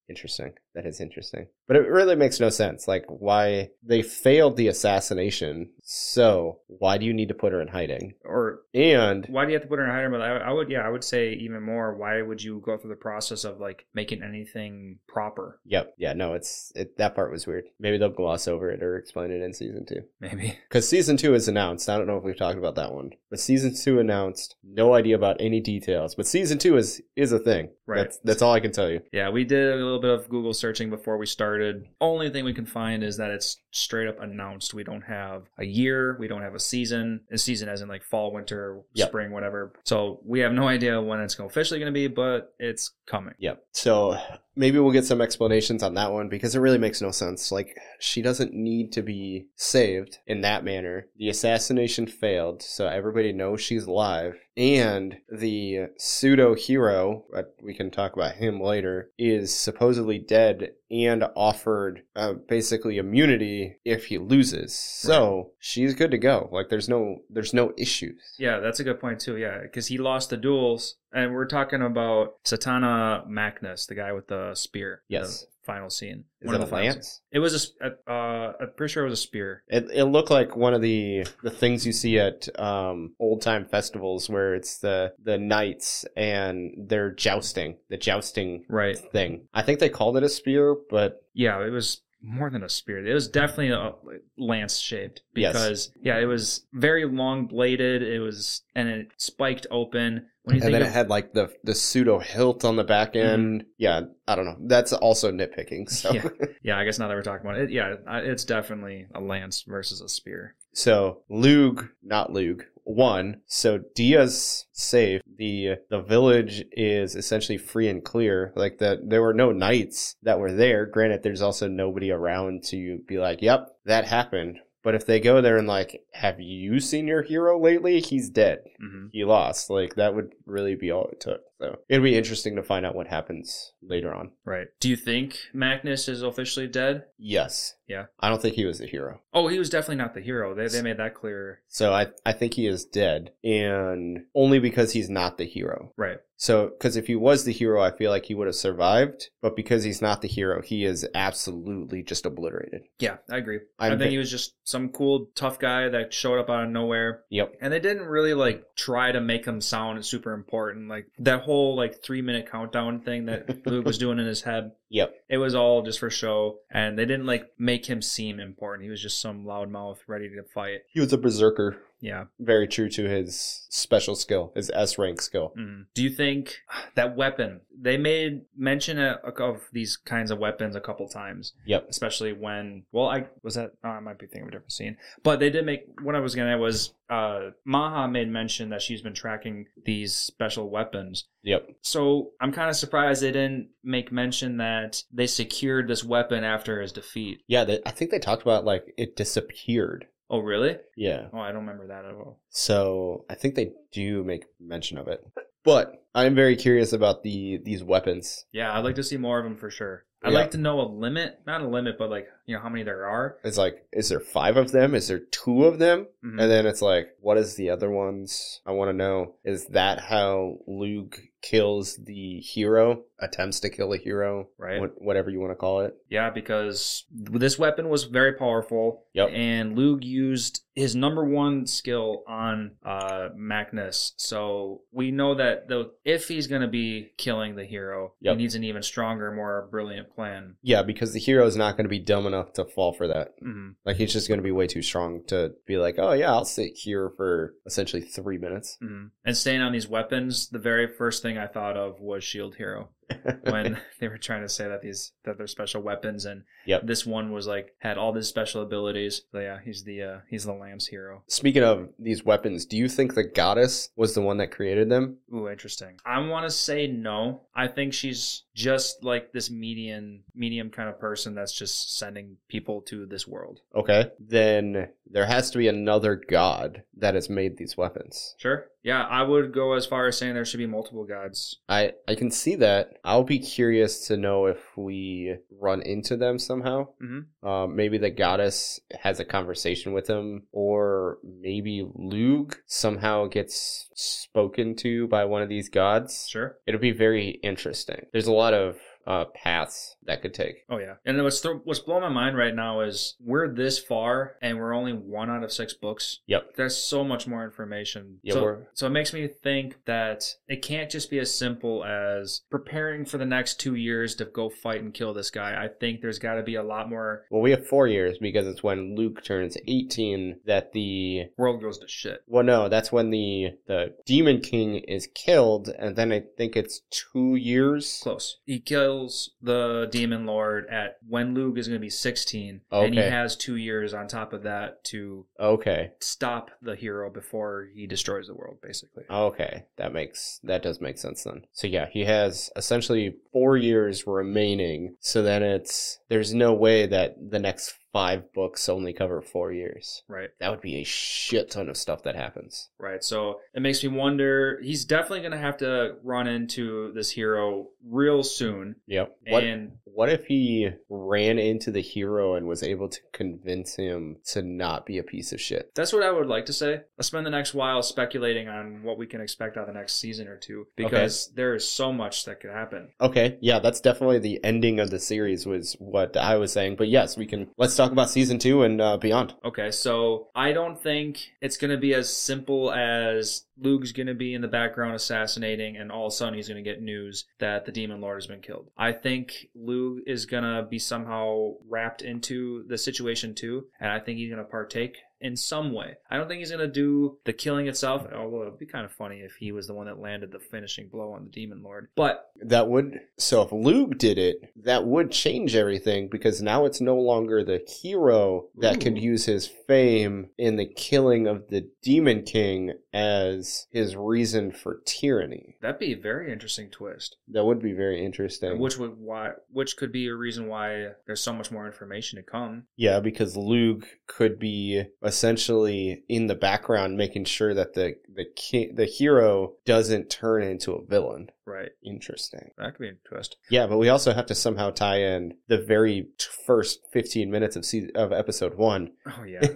[SPEAKER 1] Interesting. That is interesting. But it really makes no sense. Like, why they failed the assassination. So, why do you need to put her in hiding?
[SPEAKER 2] Or
[SPEAKER 1] And,
[SPEAKER 2] why do you have to put her in hiding? But I, I would, yeah, I would say even more. Why would you go through the process of like making anything proper?
[SPEAKER 1] yep. Yeah, no, it's it, that part was weird. Maybe they'll gloss over it or explain it in season two.
[SPEAKER 2] Maybe.
[SPEAKER 1] Because season two is announced. I don't know if we've talked about that one, but season two announced. No idea about any details, but season two is is a thing.
[SPEAKER 2] Right.
[SPEAKER 1] That's, that's all I can tell you.
[SPEAKER 2] Yeah, we did a little bit of Google searching before we started. Only thing we can find is that it's straight up announced. We don't have a year, we don't have a season. A season as in like fall, winter,
[SPEAKER 1] Yep.
[SPEAKER 2] spring, whatever. So we have no idea when it's gonna- officially going to be, but it's coming.
[SPEAKER 1] Yep. So maybe we'll get some explanations on that one because it really makes no sense. Like, she doesn't need to be saved in that manner. The assassination failed, so everybody knows she's alive. And the pseudo hero, uh, we can talk about him later, is supposedly dead and offered uh, basically immunity if he loses. So she's good to go. Like, there's no there's no issues.
[SPEAKER 2] Yeah, that's a good point too. Yeah, because he lost the duels, and we're talking about Satana Magnus, the guy with the spear. in
[SPEAKER 1] Yes.
[SPEAKER 2] the final scene.
[SPEAKER 1] Is
[SPEAKER 2] One
[SPEAKER 1] it
[SPEAKER 2] of
[SPEAKER 1] a
[SPEAKER 2] the final scenes.
[SPEAKER 1] lance?
[SPEAKER 2] It was a. sp- Uh, uh, I'm pretty sure it was a spear.
[SPEAKER 1] It, it looked like one of the the things you see at um, old time festivals where it's the the knights and they're jousting the jousting
[SPEAKER 2] Right.
[SPEAKER 1] thing. I think they called it a spear, but
[SPEAKER 2] yeah, it was more than a spear. It was definitely a lance shaped
[SPEAKER 1] Yes.
[SPEAKER 2] because yeah, it was very long bladed. It was and it spiked open. When you
[SPEAKER 1] and
[SPEAKER 2] think
[SPEAKER 1] then
[SPEAKER 2] of,
[SPEAKER 1] it had like the the pseudo hilt on the back end. Yeah, I don't know. That's also nitpicking. So
[SPEAKER 2] yeah, yeah, I guess now that we're talking about it, yeah, I- it's definitely a lance versus a spear.
[SPEAKER 1] so Lug, not Lug. One, so Dia's safe. The the village is essentially free and clear. Like that, there were no knights that were there. Granted, there's also nobody around to be like, "Yep, that happened." But if they go there and like, "Have you seen your hero lately? He's dead.
[SPEAKER 2] hmm
[SPEAKER 1] He lost." Like that would really be all it took. So it'd be interesting to find out what happens later on.
[SPEAKER 2] Right? Do you think Magnus is officially dead?
[SPEAKER 1] Yes.
[SPEAKER 2] Yeah.
[SPEAKER 1] I don't think he was the hero.
[SPEAKER 2] Oh, he was definitely not the hero. They they made that clear.
[SPEAKER 1] So I, I think he is dead, and only because he's not the hero.
[SPEAKER 2] Right.
[SPEAKER 1] So, because if he was the hero, I feel like he would have survived. But because he's not the hero, he is absolutely just obliterated.
[SPEAKER 2] Yeah, I agree. i
[SPEAKER 1] I'm
[SPEAKER 2] think
[SPEAKER 1] ba-
[SPEAKER 2] he was just some cool tough guy that showed up out of nowhere.
[SPEAKER 1] Yep.
[SPEAKER 2] And they didn't really like try to make him sound super important. Like that whole like three minute countdown thing that Luke was doing in his head.
[SPEAKER 1] Yep.
[SPEAKER 2] It was all just for show. And they didn't like make him seem important. He was just some loudmouth ready to fight.
[SPEAKER 1] He was a berserker,
[SPEAKER 2] Yeah.
[SPEAKER 1] very true to his special skill, his S rank skill.
[SPEAKER 2] Mm. Do you think that weapon? They made mention of of these kinds of weapons a couple times.
[SPEAKER 1] Yep.
[SPEAKER 2] especially when well i was that oh, i might be thinking of a different scene but they did make what i was gonna was uh maha made mention that she's been tracking these special weapons
[SPEAKER 1] Yep.
[SPEAKER 2] so i'm kind of surprised they didn't make mention that they secured this weapon after his defeat
[SPEAKER 1] Yeah. They, I think they talked about like it disappeared.
[SPEAKER 2] oh really
[SPEAKER 1] Yeah.
[SPEAKER 2] oh i don't remember that at all
[SPEAKER 1] So I think they do make mention of it. But I'm very curious about the these weapons.
[SPEAKER 2] yeah i'd like to see more of them for sure i'd
[SPEAKER 1] Yeah.
[SPEAKER 2] like to know a limit not a limit but like you know how many there are
[SPEAKER 1] It's like, is there five of them? Is there two of them?
[SPEAKER 2] Mhm.
[SPEAKER 1] And then it's like, what is the other ones? I want to know. Is that how Luke kills the hero? Attempts to kill a hero,
[SPEAKER 2] Right.
[SPEAKER 1] What, whatever you want to call it.
[SPEAKER 2] Yeah, because this weapon was very powerful.
[SPEAKER 1] Yep.
[SPEAKER 2] And Lug used his number one skill on uh, Magnus. So we know that though if he's going to be killing the hero,
[SPEAKER 1] Yep.
[SPEAKER 2] he needs an even stronger, more brilliant plan.
[SPEAKER 1] Yeah, because the hero is not going to be dumb enough to fall for that.
[SPEAKER 2] hmm
[SPEAKER 1] Like he's just going to be way too strong to be like, oh yeah, I'll sit here for essentially three minutes.
[SPEAKER 2] hmm And staying on these weapons, the very first thing I thought of was Shield Hero. when they were trying to say that these that they're special weapons and
[SPEAKER 1] Yep.
[SPEAKER 2] this one was like had all these special abilities. So yeah, he's the uh he's the lamb's hero.
[SPEAKER 1] Speaking of these weapons, do you think the goddess was the one that created them?
[SPEAKER 2] Ooh, interesting. I want to say no. I think she's just like this median medium kind of person that's just sending people to this world.
[SPEAKER 1] Okay. Then there has to be another god that has made these weapons.
[SPEAKER 2] Sure. Yeah, I would go as far as saying there should be multiple gods.
[SPEAKER 1] I I can see that. I'll be curious to know if we run into them somehow.
[SPEAKER 2] Mhm.
[SPEAKER 1] Um, maybe the goddess has a conversation with him, or maybe Lug somehow gets spoken to by one of these gods.
[SPEAKER 2] Sure.
[SPEAKER 1] It'll be very interesting. There's a lot of uh, paths that could take.
[SPEAKER 2] Oh yeah. And what's th- what's blowing my mind right now is we're this far and we're only one out of six books.
[SPEAKER 1] Yep.
[SPEAKER 2] There's so much more information.
[SPEAKER 1] Yeah,
[SPEAKER 2] so,
[SPEAKER 1] we're-
[SPEAKER 2] so it makes me think that it can't just be as simple as preparing for the next two years to go fight and kill this guy. I think there's got to be a lot more.
[SPEAKER 1] Well, we have four years because it's when Luke turns 18 that the
[SPEAKER 2] World goes to shit.
[SPEAKER 1] Well, no, that's when the the Demon King is killed, and then I think it's two years.
[SPEAKER 2] Close. He kills the demon lord at when Luke is going to be 16, and he
[SPEAKER 1] Okay.
[SPEAKER 2] has two years on top of that to
[SPEAKER 1] Okay,
[SPEAKER 2] stop the hero before he destroys the world, basically.
[SPEAKER 1] Uh, okay, that makes that does make sense then. So yeah, he has essentially four years remaining. So then it's there's no way that the next five books only cover four years.
[SPEAKER 2] Right.
[SPEAKER 1] That would be a shit ton of stuff that happens.
[SPEAKER 2] Right. So it makes me wonder. He's definitely going to have to run into this hero real soon.
[SPEAKER 1] Yep. What
[SPEAKER 2] And
[SPEAKER 1] what if he ran into the hero and was able to convince him to not be a piece of shit?
[SPEAKER 2] that's what I would like to say. Let's spend the next while speculating on what we can expect out of the next season or two because there is so much that could happen.
[SPEAKER 1] Okay, yeah, that's definitely the ending of the series was what I was saying. But yes, we can let's talk about season two and uh, beyond.
[SPEAKER 2] Okay, so I don't think it's going to be as simple as Luke's going to be in the background assassinating, and all of a sudden he's going to get news that the Demon Lord has been killed. I think Luke is going to be somehow wrapped into the situation too, and I think he's going to partake in some way. I don't think he's going to do the killing itself, although it'd be kind of funny if he was the one that landed the finishing blow on the Demon Lord. But
[SPEAKER 1] That would so if Luke did it, that would change everything because now it's no longer the hero that can
[SPEAKER 2] Ooh.
[SPEAKER 1] use his fame in the killing of the Demon King as his reason for tyranny.
[SPEAKER 2] that'd be a very interesting twist,
[SPEAKER 1] That would be very interesting.
[SPEAKER 2] which would why which could be a reason why there's so much more information to come.
[SPEAKER 1] Yeah, because Luke could be essentially in the background making sure that the the ki- the hero doesn't turn into a villain.
[SPEAKER 2] Right.
[SPEAKER 1] Interesting.
[SPEAKER 2] That could be interesting.
[SPEAKER 1] Yeah, but we also have to somehow tie in the very t- first 15 minutes of season, of episode 1.
[SPEAKER 2] Oh yeah.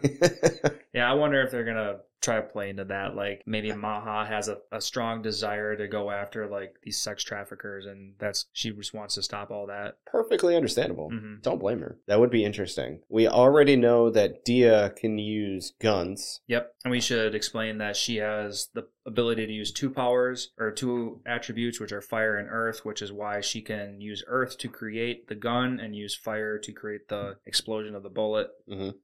[SPEAKER 2] yeah, I wonder if they're gonna try to play into that. Like maybe Maha has a, a strong desire to go after like these sex traffickers and that's she just wants to stop all that.
[SPEAKER 1] Perfectly understandable.
[SPEAKER 2] hmm
[SPEAKER 1] Don't blame her. That would be interesting. We already know that Dia can use guns.
[SPEAKER 2] Yep. And we should explain that she has the ability to use two powers or two attributes, which are fire and earth, which is why she can use earth to create the gun and use fire to create the explosion of the bullet.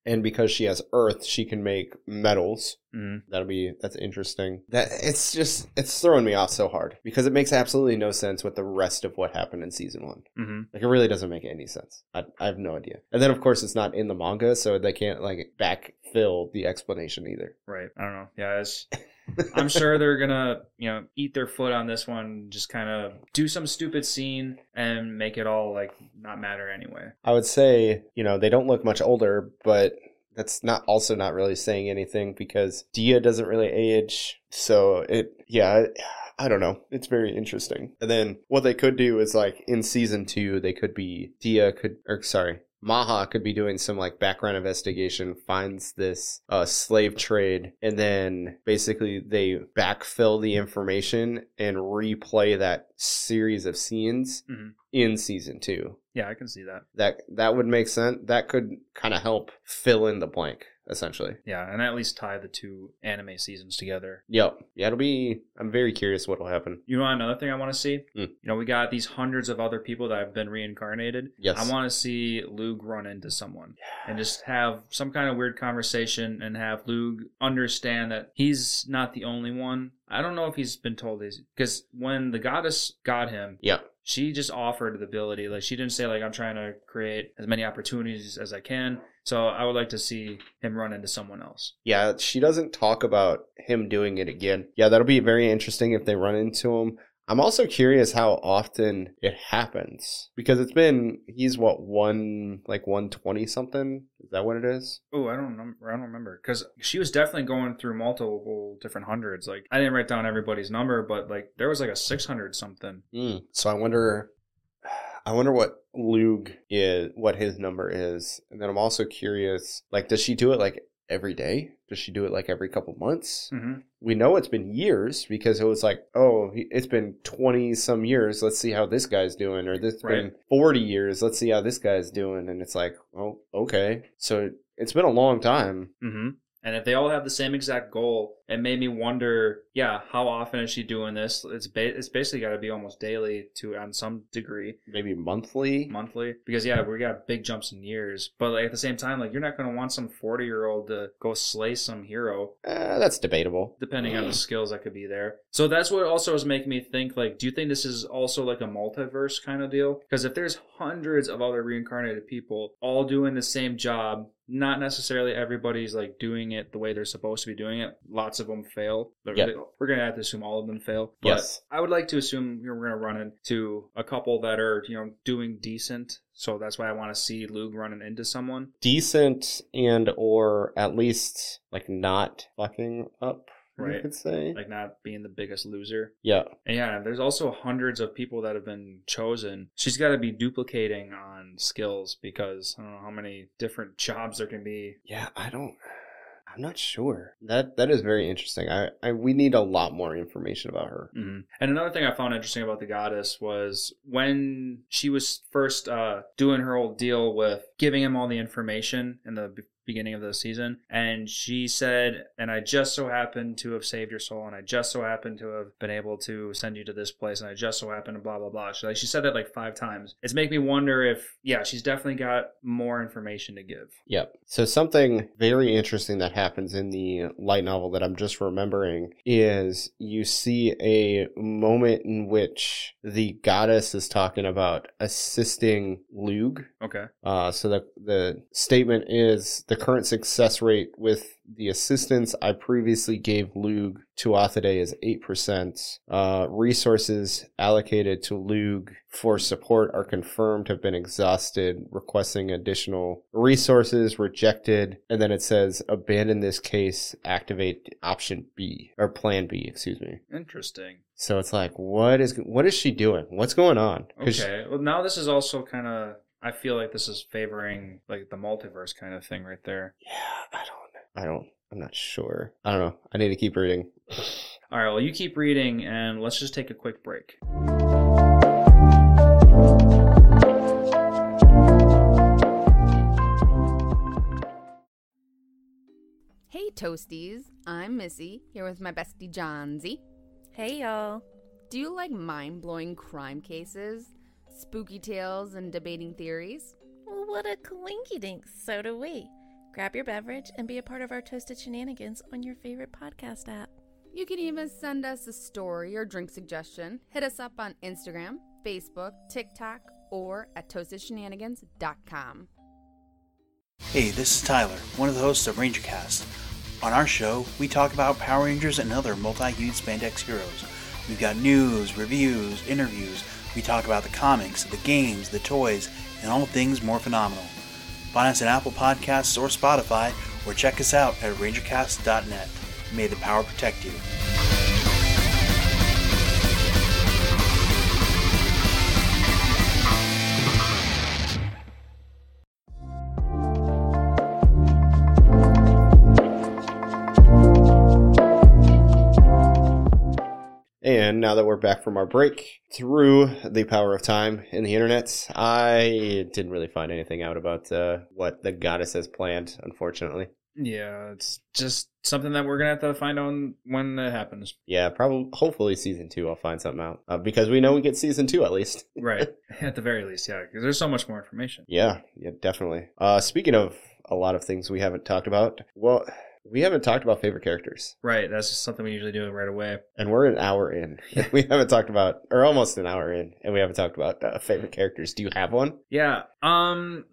[SPEAKER 1] And because she has earth, she can make metals.
[SPEAKER 2] hmm
[SPEAKER 1] That'll be that's interesting. That it's just it's throwing me off so hard because it makes absolutely no sense with the rest of what happened in season one.
[SPEAKER 2] hmm
[SPEAKER 1] Like it really doesn't make any sense. I, I have no idea. And then of course it's not in the manga, so they can't like backfill the explanation either.
[SPEAKER 2] Right. I don't know. Yeah, it's, I'm sure they're gonna, you know, eat their foot on this one, just kind of do some stupid scene and make it all like not matter anyway.
[SPEAKER 1] I would say you know they don't look much older, but that's not also not really saying anything because Dia doesn't really age. So it yeah. I don't know. It's very interesting. And then what they could do is like in season two, they could be Dia could or sorry, Maha could be doing some like background investigation, finds this uh, slave trade, and then basically they backfill the information and replay that series of scenes
[SPEAKER 2] Mhm.
[SPEAKER 1] in season two.
[SPEAKER 2] Yeah, I can see that.
[SPEAKER 1] That that would make sense. That could kind of help fill in the blank. essentially.
[SPEAKER 2] Yeah, and at least tie the two anime seasons together.
[SPEAKER 1] Yep. Yeah, it'll be. I'm very curious what'll happen.
[SPEAKER 2] You know, another thing I want to see.
[SPEAKER 1] Mm.
[SPEAKER 2] You know, we got these hundreds of other people that have been reincarnated.
[SPEAKER 1] Yes.
[SPEAKER 2] I want to see Lug run into someone and just have some kind of weird conversation and have Lug understand that he's not the only one. I don't know if he's been told this because when the goddess got him,
[SPEAKER 1] Yeah.
[SPEAKER 2] she just offered the ability. Like she didn't say like I'm trying to create as many opportunities as I can. So I would like to see him run into someone else.
[SPEAKER 1] Yeah, she doesn't talk about him doing it again. Yeah, that'll be very interesting if they run into him. I'm also curious how often it happens because it's been he's what one like 120 something. Is that what it is?
[SPEAKER 2] Oh, I don't remember. I don't remember because she was definitely going through multiple different hundreds. Like I didn't write down everybody's number, but like there was like a six hundred something.
[SPEAKER 1] Mm. So I wonder, I wonder what Lug is, what his number is, and then I'm also curious, like, does she do it like every day? Does she do it like every couple months?
[SPEAKER 2] Mm-hmm.
[SPEAKER 1] We know it's been years because it was like, oh, he- it's been twenty some years. Let's see how this guy's doing, or this has been forty years. Let's see how this guy's doing, and it's like, oh, okay, so. It's been a long time.
[SPEAKER 2] Mm-hmm. And if they all have the same exact goal, it made me wonder, yeah, how often is she doing this? It's ba- it's basically got to be almost daily to on some degree,
[SPEAKER 1] Maybe monthly.
[SPEAKER 2] monthly, because yeah, we got big jumps in years, but like at the same time, like you're not going to want some 40 year old to go slay some hero.
[SPEAKER 1] Uh, that's debatable. Mm.
[SPEAKER 2] Depending on the skills that could be there, so that's what also was making me think. Like, do you think this is also like a multiverse kind of deal? Because if there's hundreds of other reincarnated people all doing the same job, not necessarily everybody's like doing it the way they're supposed to be doing it. Lots of them fail. They're-
[SPEAKER 1] Yeah.
[SPEAKER 2] We're gonna have to assume all of them fail. But
[SPEAKER 1] Yes.
[SPEAKER 2] I would like to assume you know, we're gonna run into a couple that are you know doing decent. So that's why I want to see Luke running into someone.
[SPEAKER 1] decent and or at least like not fucking up you
[SPEAKER 2] Right.
[SPEAKER 1] could say
[SPEAKER 2] Like not being the biggest loser.
[SPEAKER 1] yeah
[SPEAKER 2] And yeah, there's also hundreds of people that have been chosen. She's got to be duplicating on skills because I don't know how many different jobs there can be.
[SPEAKER 1] yeah i don't i'm not sure that that is very interesting i, I we need a lot more information about her
[SPEAKER 2] Mhm. And another thing I found interesting about the goddess was when she was first uh, doing her old deal with giving him all the information in the be- beginning of the season, and she said, "And I just so happened to have saved your soul, and I just so happened to have been able to send you to this place, and I just so happened to blah blah blah." She like she said that like five times. It's making me wonder if yeah, she's definitely got more information to give.
[SPEAKER 1] Yep. So something very interesting that happens in the light novel that I'm just remembering is you see a moment in which the goddess is talking about assisting Lug
[SPEAKER 2] Okay.
[SPEAKER 1] Uh, so the the statement is the current success rate with the assistance I previously gave Lug to Athade is eight percent. Uh, resources allocated to Lug for support are confirmed to have been exhausted. Requesting additional resources rejected, and then it says abandon this case. Activate option B or Plan B. Excuse me.
[SPEAKER 2] Interesting.
[SPEAKER 1] So it's like, what is what is she doing? What's going on? 'Cause she-
[SPEAKER 2] Okay. Well, now this is also kind of. I feel like this is favoring like the multiverse kind of thing right there.
[SPEAKER 1] Yeah, I don't. I don't. I'm not sure. I don't know. I need to keep reading.
[SPEAKER 2] All right. Well, you keep reading, and let's just take a quick break.
[SPEAKER 3] Hey Toasties, I'm Missy, here with my bestie John Z.
[SPEAKER 4] Hey y'all.
[SPEAKER 3] Do you like mind blowing crime cases, spooky tales, and debating theories?
[SPEAKER 4] Well, what a coinky dink, so do we. Grab your beverage and be a part of our toasted shenanigans on your favorite podcast app.
[SPEAKER 3] You can even send us a story or drink suggestion. Hit us up on Instagram, Facebook, TikTok, or at toastedshenanigans.com.
[SPEAKER 5] Hey, this is Tyler, one of the hosts of RangerCast. On our show, we talk about Power Rangers and other multi-unit spandex heroes. We've got news, reviews, interviews. We talk about the comics, the games, the toys, and all things more phenomenal. Find us on Apple Podcasts or Spotify, or check us out at rangercast.net. May the power protect you.
[SPEAKER 1] And now that we're back from our break, through the power of time and the internet, I didn't really find anything out about uh, what the goddess has planned, unfortunately.
[SPEAKER 2] Yeah, it's just something that we're gonna have to find out when it happens.
[SPEAKER 1] Yeah, probably. Hopefully, season two, I'll find something out uh, because we know we get season two at least.
[SPEAKER 2] Right. At the very least, yeah, because there's so much more information.
[SPEAKER 1] Yeah, yeah, definitely. Uh, speaking of a lot of things we haven't talked about, well, we haven't talked about favorite characters,
[SPEAKER 2] Right. That's just something we usually do right away.
[SPEAKER 1] and we're an hour in. and we haven't talked about, or almost an hour in, and we haven't talked about uh, favorite characters. Do you have one?
[SPEAKER 2] Yeah. Um,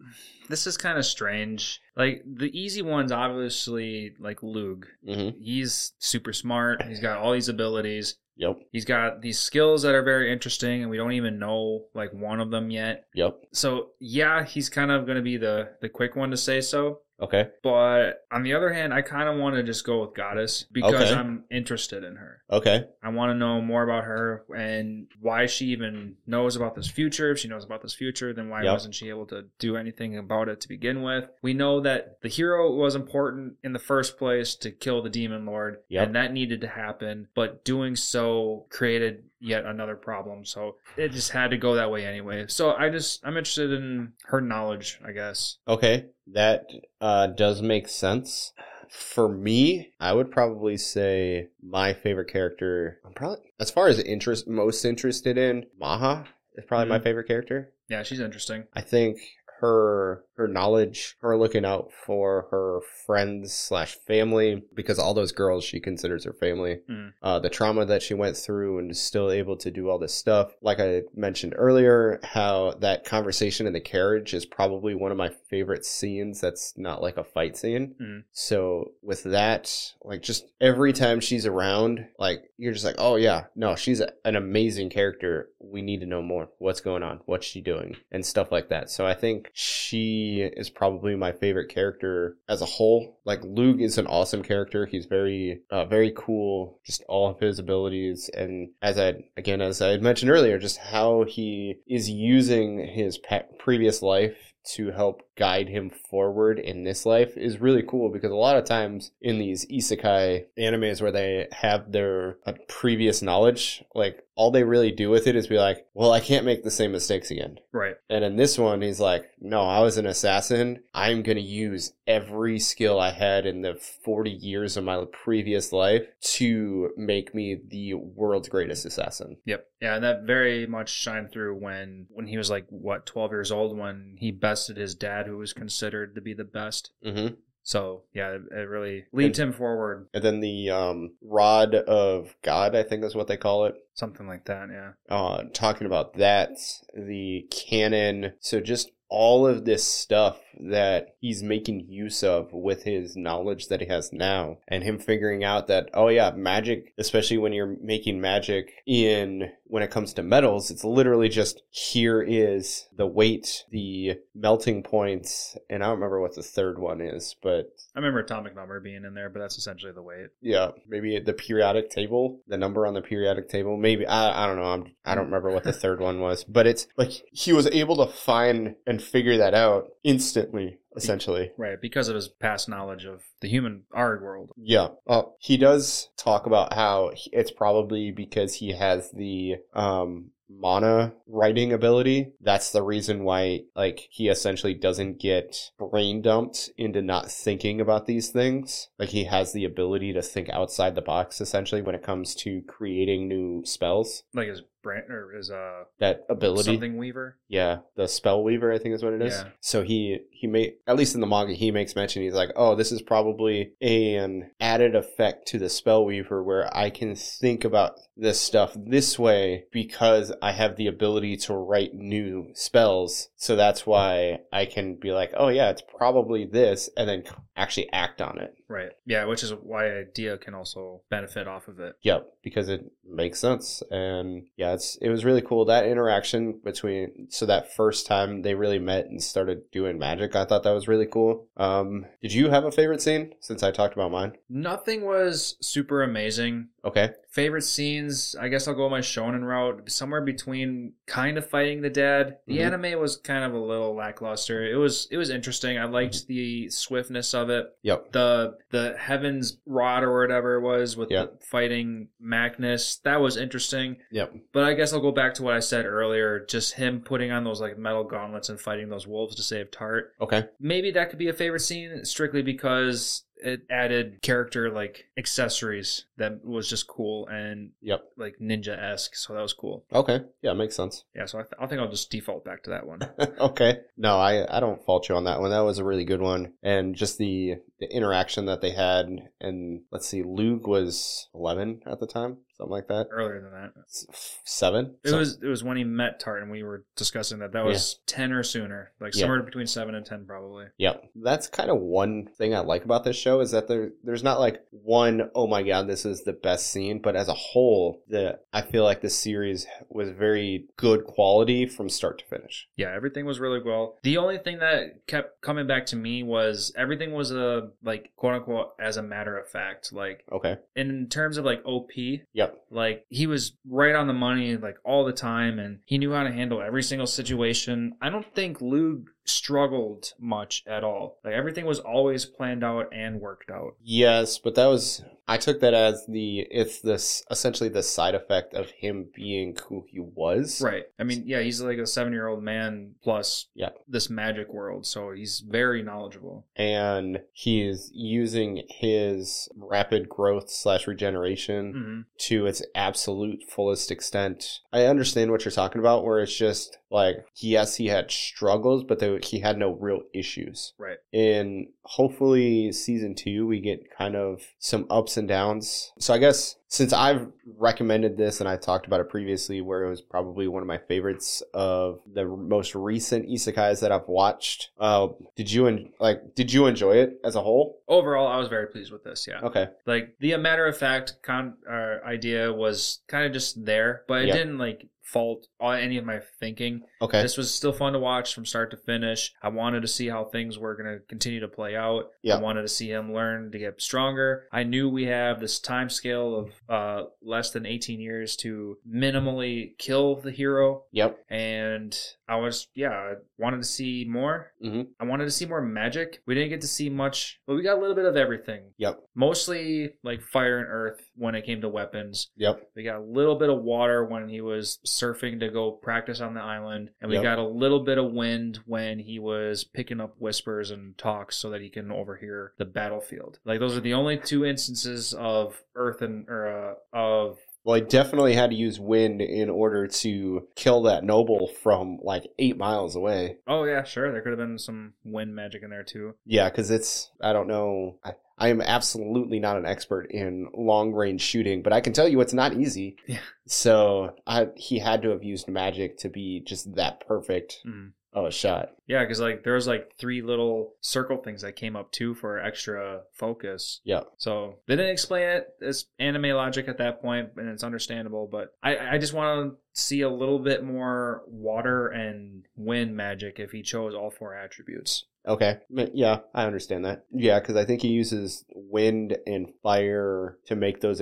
[SPEAKER 2] this is kind of strange. Like the easy ones, obviously, like Lug.
[SPEAKER 1] Mm-hmm.
[SPEAKER 2] He's super smart. He's got all these abilities.
[SPEAKER 1] Yep.
[SPEAKER 2] He's got these skills that are very interesting, and we don't even know like one of them yet.
[SPEAKER 1] Yep.
[SPEAKER 2] So yeah, he's kind of gonna be the the quick one to say so.
[SPEAKER 1] Okay.
[SPEAKER 2] But on the other hand, I kind of want to just go with Goddess because
[SPEAKER 1] Okay.
[SPEAKER 2] I'm interested in her.
[SPEAKER 1] Okay.
[SPEAKER 2] I want to know more about her and why she even knows about this future. If she knows about this future, then why
[SPEAKER 1] Yep.
[SPEAKER 2] wasn't she able to do anything about it to begin with? We know that the hero was important in the first place to kill the demon lord,
[SPEAKER 1] Yep.
[SPEAKER 2] and that needed to happen, but doing so created yet another problem. So it just had to go that way anyway. So I just I'm interested in her knowledge, I guess.
[SPEAKER 1] Okay. That uh, does make sense. For me, I would probably say my favorite character. I'm probably as far as interest, most interested in Maha is probably my
[SPEAKER 2] Mhm.
[SPEAKER 1] favorite character.
[SPEAKER 2] Yeah, she's interesting.
[SPEAKER 1] I think her her knowledge, her looking out for her friends slash family, because all those girls she considers her family,
[SPEAKER 2] Mm.
[SPEAKER 1] uh, the trauma that she went through and is still able to do all this stuff. Like I mentioned earlier, how that conversation in the carriage is probably one of my favorite scenes that's not like a fight scene.
[SPEAKER 2] Mm.
[SPEAKER 1] So with that, like just every time she's around, like you're just like, oh yeah, no, she's a- an amazing character. We need to know more. What's going on? What's she doing? And stuff like that. So I think she is probably my favorite character as a whole. Like Luke is an awesome character. He's very, uh, very cool. Just all of his abilities, and as I again as I had mentioned earlier, just how he is using his pa- previous life to help guide him forward in this life is really cool because a lot of times in these isekai animes where they have their uh, previous knowledge, like all they really do with it is be like, well, I can't make the same mistakes again.
[SPEAKER 2] Right.
[SPEAKER 1] And in this one, he's like, no, I was an assassin. I'm going to use every skill I had in the 40 years of my previous life to make me the world's greatest assassin.
[SPEAKER 2] Yep. Yeah, and that very much shined through when when he was like what, 12 years old when he bested his dad who was considered to be the best.
[SPEAKER 1] Mm-hmm.
[SPEAKER 2] So, yeah, it, it really leads him forward,
[SPEAKER 1] And then the um, rod of God, I think is what they call it.
[SPEAKER 2] something like that, yeah.
[SPEAKER 1] Uh, talking about that, the canon. So just all of this stuff that he's making use of with his knowledge that he has now, and him figuring out that oh yeah, magic, especially when you're making magic in when it comes to metals, it's literally just here is the weight, the melting points, and I don't remember what the third one is, but
[SPEAKER 2] I remember atomic number being in there, but that's essentially the weight.
[SPEAKER 1] yeah, maybe the periodic table, the number on the periodic table. Maybe I, I don't know. I'm, I don't remember what the third one was, but it's like he was able to find and figure that out instantly, essentially.
[SPEAKER 2] Right, because of his past knowledge of the human art world.
[SPEAKER 1] Yeah. Uh, he does talk about how he- it's probably because he has the um mana writing ability. That's the reason why like he essentially doesn't get brain dumped into not thinking about these things. Like he has the ability to think outside the box essentially when it comes to creating new spells.
[SPEAKER 2] Like his brand or his uh
[SPEAKER 1] That ability.
[SPEAKER 2] something weaver.
[SPEAKER 1] Yeah, the spell weaver, I think is what it is.
[SPEAKER 2] Yeah.
[SPEAKER 1] So he he made at least in the manga he makes mention he's like, oh, this is probably an added effect to the spell weaver where I can think about this stuff this way because I have the ability to write new spells. So that's why I can be like, oh yeah, it's probably this, and then actually act on it.
[SPEAKER 2] Right. Yeah, which is why idea can also benefit off of it.
[SPEAKER 1] Yep, because it makes sense, and yeah, it's it was really cool that interaction between. So that first time they really met and started doing magic, I thought that was really cool. Um, did you have a favorite scene? Since I talked about mine,
[SPEAKER 2] Nothing was super amazing.
[SPEAKER 1] okay,
[SPEAKER 2] Favorite scenes, I guess I'll go my shonen route. Somewhere between kind of fighting the dad. The
[SPEAKER 1] Mhm.
[SPEAKER 2] anime was kind of a little lackluster. It was it was interesting. I liked the swiftness of it.
[SPEAKER 1] yep,
[SPEAKER 2] The the heaven's rod or whatever it was with
[SPEAKER 1] Yeah.
[SPEAKER 2] the fighting Magnus. That was interesting.
[SPEAKER 1] yep,
[SPEAKER 2] But I guess I'll go back to what I said earlier. Just him putting on those like metal gauntlets and fighting those wolves to save Tart
[SPEAKER 1] okay,
[SPEAKER 2] maybe that could be a favorite scene strictly because it added character like accessories that was just cool and
[SPEAKER 1] Yep.
[SPEAKER 2] like ninja esque. So that was cool.
[SPEAKER 1] Okay. Yeah, makes sense.
[SPEAKER 2] Yeah. So I, th- I think I'll just default back to that one.
[SPEAKER 1] okay. No, I, I don't fault you on that one. That was a really good one. And just the, the interaction that they had. And let's see, Luke was 11 at the time, something like that.
[SPEAKER 2] Earlier than that.
[SPEAKER 1] S- Seven?
[SPEAKER 2] It was it was when he met Tart and we were discussing that that was ten or sooner, like
[SPEAKER 1] Yeah.
[SPEAKER 2] somewhere between seven and ten probably.
[SPEAKER 1] Yep. That's kind of one thing I like about this show is that there there's not like one, oh my god, this is the best scene, but as a whole, the I feel like this series was very good quality from start to finish.
[SPEAKER 2] Yeah, everything was really well. The only thing that kept coming back to me was everything was a like quote unquote as a matter of fact. Like
[SPEAKER 1] Okay.
[SPEAKER 2] in terms of like OP,
[SPEAKER 1] Yep.
[SPEAKER 2] like he was right on the money like all the time and he knew how to handle every single situation. I don't think Lug struggled much at all. Like everything was always planned out and worked out.
[SPEAKER 1] Yes, but that was I took that as the it's this essentially the side effect of him being who he was.
[SPEAKER 2] Right. I mean, yeah, he's like a seven year old man plus
[SPEAKER 1] Yeah.
[SPEAKER 2] this magic world, so he's very knowledgeable.
[SPEAKER 1] And he's using his rapid growth slash regeneration
[SPEAKER 2] hmm
[SPEAKER 1] to its absolute fullest extent. I understand what you're talking about, where it's just like, yes, he had struggles, but they, he had no real issues.
[SPEAKER 2] Right.
[SPEAKER 1] And hopefully, season two, we get kind of some ups and downs. So, I guess since I've recommended this and I talked about it previously, where it was probably one of my favorites of the most recent isekais that I've watched, uh, did you en- like? Did you enjoy it as a whole?
[SPEAKER 2] Overall, I was very pleased with this. Yeah.
[SPEAKER 1] Okay.
[SPEAKER 2] Like the matter of fact con- uh, idea was kind of just there, but it
[SPEAKER 1] Yeah.
[SPEAKER 2] didn't like fault all- any of my thinking.
[SPEAKER 1] Okay.
[SPEAKER 2] This was still fun to watch from start to finish. I wanted to see how things were going to continue to play out.
[SPEAKER 1] Yeah.
[SPEAKER 2] I wanted to see him learn to get stronger. I knew we have this time scale of uh, less than 18 years to minimally kill the hero.
[SPEAKER 1] Yep.
[SPEAKER 2] and I was yeah, I wanted to see more.
[SPEAKER 1] Mhm.
[SPEAKER 2] I wanted to see more magic. We didn't get to see much, but we got a little bit of everything.
[SPEAKER 1] Yep.
[SPEAKER 2] Mostly like fire and earth when it came to weapons.
[SPEAKER 1] Yep.
[SPEAKER 2] We got a little bit of water when he was surfing to go practice on the island, and we
[SPEAKER 1] Yep.
[SPEAKER 2] got a little bit of wind when he was picking up whispers and talks so that he can overhear the battlefield. Like those are the only two instances of earth and or uh, of
[SPEAKER 1] Well, I definitely had to use wind in order to kill that noble from like eight miles away.
[SPEAKER 2] oh yeah, sure, there could have been some wind magic in there too.
[SPEAKER 1] Yeah, because it's, I don't know. I, I am absolutely not an expert in long range shooting, but I can tell you it's not easy.
[SPEAKER 2] Yeah.
[SPEAKER 1] So I, he had to have used magic to be just that perfect
[SPEAKER 2] Mm.
[SPEAKER 1] of a shot.
[SPEAKER 2] Yeah, because like there was like three little circle things that came up too for extra focus.
[SPEAKER 1] Yeah.
[SPEAKER 2] So they didn't explain it. It's anime logic at that point, and it's understandable. But I, I just want to see a little bit more water and wind magic if he chose all four attributes.
[SPEAKER 1] Okay. M- Yeah, I understand that. Yeah, because I think he uses wind and fire to make those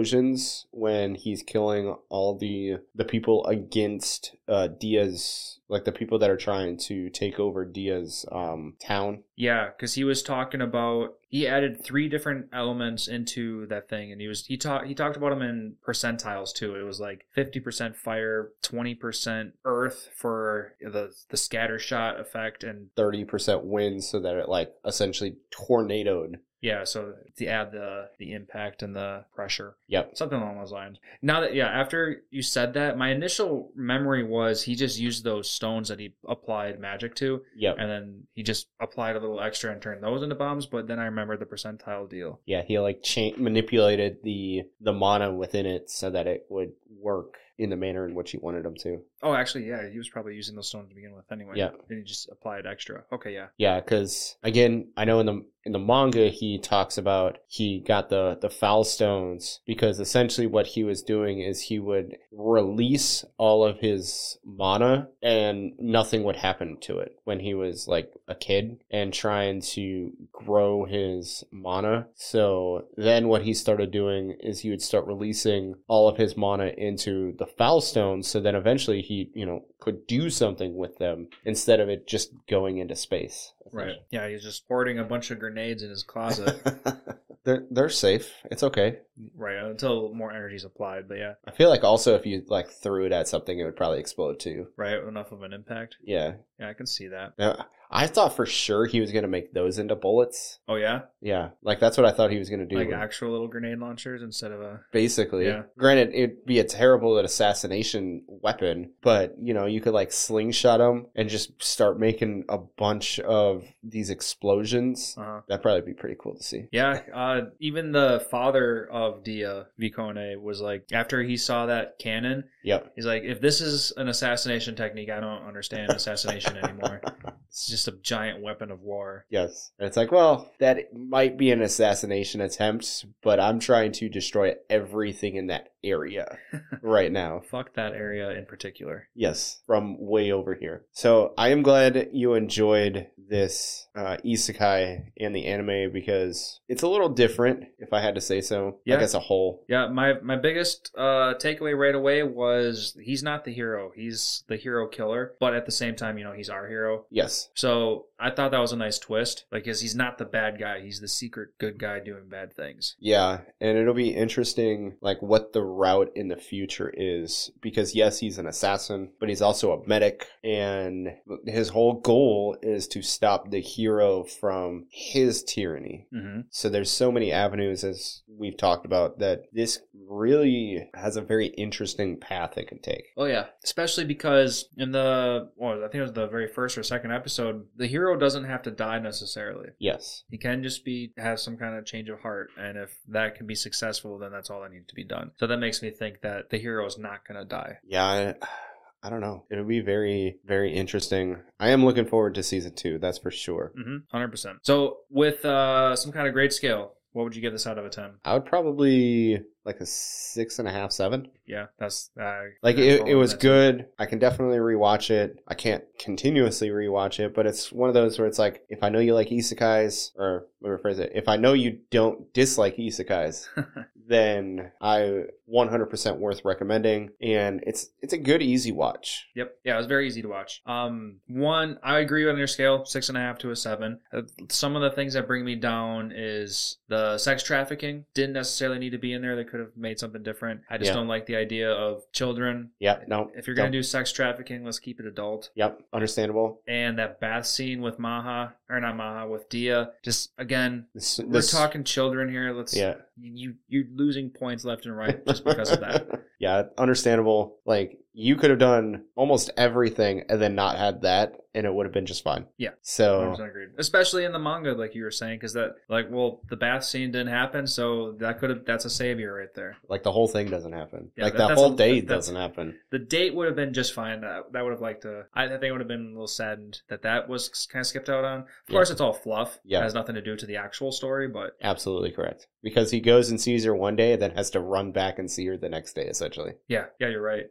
[SPEAKER 1] explosions when he's killing all the the people against uh, Diaz, like the people that are trying to take over Diaz um, town.
[SPEAKER 2] Yeah, because he was talking about he added three different elements into that thing, and he was he talked he talked about them in percentiles too. It was like fifty percent fire, twenty percent earth for the the scatter shot effect, and
[SPEAKER 1] Thirty percent wind, so that it like essentially tornadoed.
[SPEAKER 2] Yeah, so to add the the impact and the pressure,
[SPEAKER 1] Yep.
[SPEAKER 2] something along those lines. Now that yeah, after you said that, my initial memory was he just used those stones that he applied magic to,
[SPEAKER 1] Yep.
[SPEAKER 2] and then he just applied a little extra and turned those into bombs. But then I remembered the percentile deal.
[SPEAKER 1] Yeah, he like cha- manipulated the the mana within it so that it would work in the manner in which he wanted them to.
[SPEAKER 2] Oh, actually, yeah, he was probably using those stones to begin with anyway.
[SPEAKER 1] Yeah.
[SPEAKER 2] and he just applied extra. Okay, yeah,
[SPEAKER 1] Yeah, because again, I know in the in the manga he talks about he got the the foul stones because essentially what he was doing is he would release all of his mana and nothing would happen to it when he was like a kid and trying to grow his mana. So then what he started doing is he would start releasing all of his mana into the foul stones so then eventually he, you know, could do something with them instead of it just going into space
[SPEAKER 2] Right. Yeah, he's just hoarding a bunch of grenades in his closet.
[SPEAKER 1] they're they're safe. It's okay.
[SPEAKER 2] right, until more energy's applied. But yeah,
[SPEAKER 1] I feel like also if you like threw it at something, it would probably explode too.
[SPEAKER 2] right, enough of an impact.
[SPEAKER 1] Yeah.
[SPEAKER 2] Yeah, I can see that.
[SPEAKER 1] Now, I thought for sure he was gonna make those into bullets.
[SPEAKER 2] Oh, yeah?
[SPEAKER 1] Yeah, like that's what I thought he was gonna do.
[SPEAKER 2] Like actual little grenade launchers instead of a.
[SPEAKER 1] basically.
[SPEAKER 2] Yeah.
[SPEAKER 1] Granted, it'd be a terrible assassination weapon, but you know, you could like slingshot him and just start making a bunch of these explosions.
[SPEAKER 2] Uh huh.
[SPEAKER 1] That'd probably be pretty cool to see.
[SPEAKER 2] Yeah, uh, even the father of Dia Vicone was like, after he saw that cannon,
[SPEAKER 1] Yep.
[SPEAKER 2] he's like, if this is an assassination technique, I don't understand assassination anymore. It's just a giant weapon of war.
[SPEAKER 1] Yes. And it's like, well, that might be an assassination attempt, but I'm trying to destroy everything in that area right now.
[SPEAKER 2] Fuck that area in particular.
[SPEAKER 1] Yes, from way over here. So I am glad you enjoyed this uh, isekai and the anime because it's a little different, if I had to say so.
[SPEAKER 2] Yeah.
[SPEAKER 1] Like as a whole.
[SPEAKER 2] Yeah, my my biggest uh, takeaway right away was he's not the hero. He's the hero killer, but at the same time, you know, he's our hero.
[SPEAKER 1] Yes.
[SPEAKER 2] So I thought that was a nice twist, like, because he's not the bad guy. He's the secret good guy doing bad things.
[SPEAKER 1] Yeah, and it'll be interesting, like what the route in the future is, because yes, he's an assassin, but he's also a medic, and his whole goal is to stop the hero from his tyranny.
[SPEAKER 2] Mm-hmm.
[SPEAKER 1] So there's so many avenues as we've talked about that this really has a very interesting path it can take.
[SPEAKER 2] Oh yeah, especially because in the well, I think it was the very first or second episode, the hero doesn't have to die necessarily.
[SPEAKER 1] Yes.
[SPEAKER 2] He can just be have some kind of change of heart, and if that can be successful, then that's all that needs to be done. So that makes me think that the hero is not gonna die.
[SPEAKER 1] Yeah, I, I don't know. It'll be very very interesting. I am looking forward to season 2, that's for sure.
[SPEAKER 2] Mm-hmm. Hundred percent. So with uh, some kind of grade scale, what would you give this out of a ten?
[SPEAKER 1] I would probably like a six and a half, seven.
[SPEAKER 2] Yeah, that's uh,
[SPEAKER 1] Like it, it was
[SPEAKER 2] that's-
[SPEAKER 1] good. I can definitely rewatch it. I can't continuously rewatch it, but it's one of those where it's like if I know you like isekais, or let me rephrase it, if I know you don't dislike isekais, then I 100% worth recommending, and it's it's a good easy watch.
[SPEAKER 2] Yep. Yeah, it was very easy to watch. Um, one, I agree on your scale, six and a half to a seven. Uh, some of the things that bring me down is the sex trafficking didn't necessarily need to be in there. They could have made something different. I just
[SPEAKER 1] Yeah.
[SPEAKER 2] don't like the idea of children.
[SPEAKER 1] Yep. No.
[SPEAKER 2] If you're gonna do sex trafficking, let's keep it adult.
[SPEAKER 1] Yep. Understandable.
[SPEAKER 2] And that bath scene with Maha, or not Maha, with Dia. Just again,
[SPEAKER 1] This,
[SPEAKER 2] we're talking children here. Let's
[SPEAKER 1] Yeah.
[SPEAKER 2] you you're losing points left and right just because of that.
[SPEAKER 1] yeah, understandable. Like you could have done almost everything and then not had that, and it would have been just fine.
[SPEAKER 2] Yeah.
[SPEAKER 1] So
[SPEAKER 2] 100% agreed. Especially in the manga, like you were saying, because that, like, well, the bath scene didn't happen, so that could have, that's a savior right there.
[SPEAKER 1] like the whole thing doesn't happen.
[SPEAKER 2] Yeah,
[SPEAKER 1] like
[SPEAKER 2] that-
[SPEAKER 1] that,
[SPEAKER 2] that's
[SPEAKER 1] whole
[SPEAKER 2] a-
[SPEAKER 1] day
[SPEAKER 2] that's-
[SPEAKER 1] doesn't happen.
[SPEAKER 2] The date would have been just fine. That, that would have liked to, I, I think I would have been a little saddened that that was kind of skipped out on. Of
[SPEAKER 1] Yeah.
[SPEAKER 2] course, it's all fluff.
[SPEAKER 1] Yeah.
[SPEAKER 2] It has nothing to do to the actual story, but
[SPEAKER 1] Absolutely correct. Because he goes and sees her one day and then has to run back and see her the next day, essentially.
[SPEAKER 2] yeah, yeah, you're right.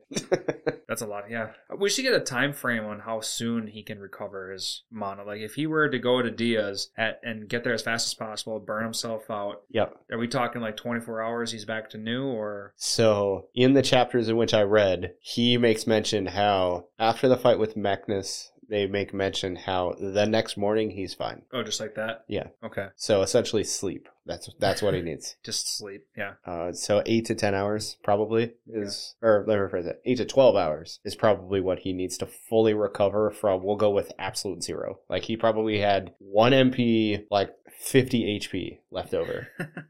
[SPEAKER 2] That's a lot. Yeah. We should get a time frame on how soon he can recover his mana. Like, if he were to go to Diaz at, and get there as fast as possible, burn himself out,
[SPEAKER 1] yep.
[SPEAKER 2] are we talking like 24 hours he's back to new or?
[SPEAKER 1] So in the chapters in which I read, he makes mention how after the fight with Magnus, they make mention how the next morning he's fine.
[SPEAKER 2] Oh, just like that?
[SPEAKER 1] Yeah.
[SPEAKER 2] Okay.
[SPEAKER 1] So essentially sleep. That's that's what he needs.
[SPEAKER 2] Just sleep. Yeah.
[SPEAKER 1] Uh, so eight to ten hours probably is, or let me rephrase it, eight to twelve hours is probably what he needs to fully recover from. We'll go with absolute zero. Like he probably had one MP, like fifty HP left over.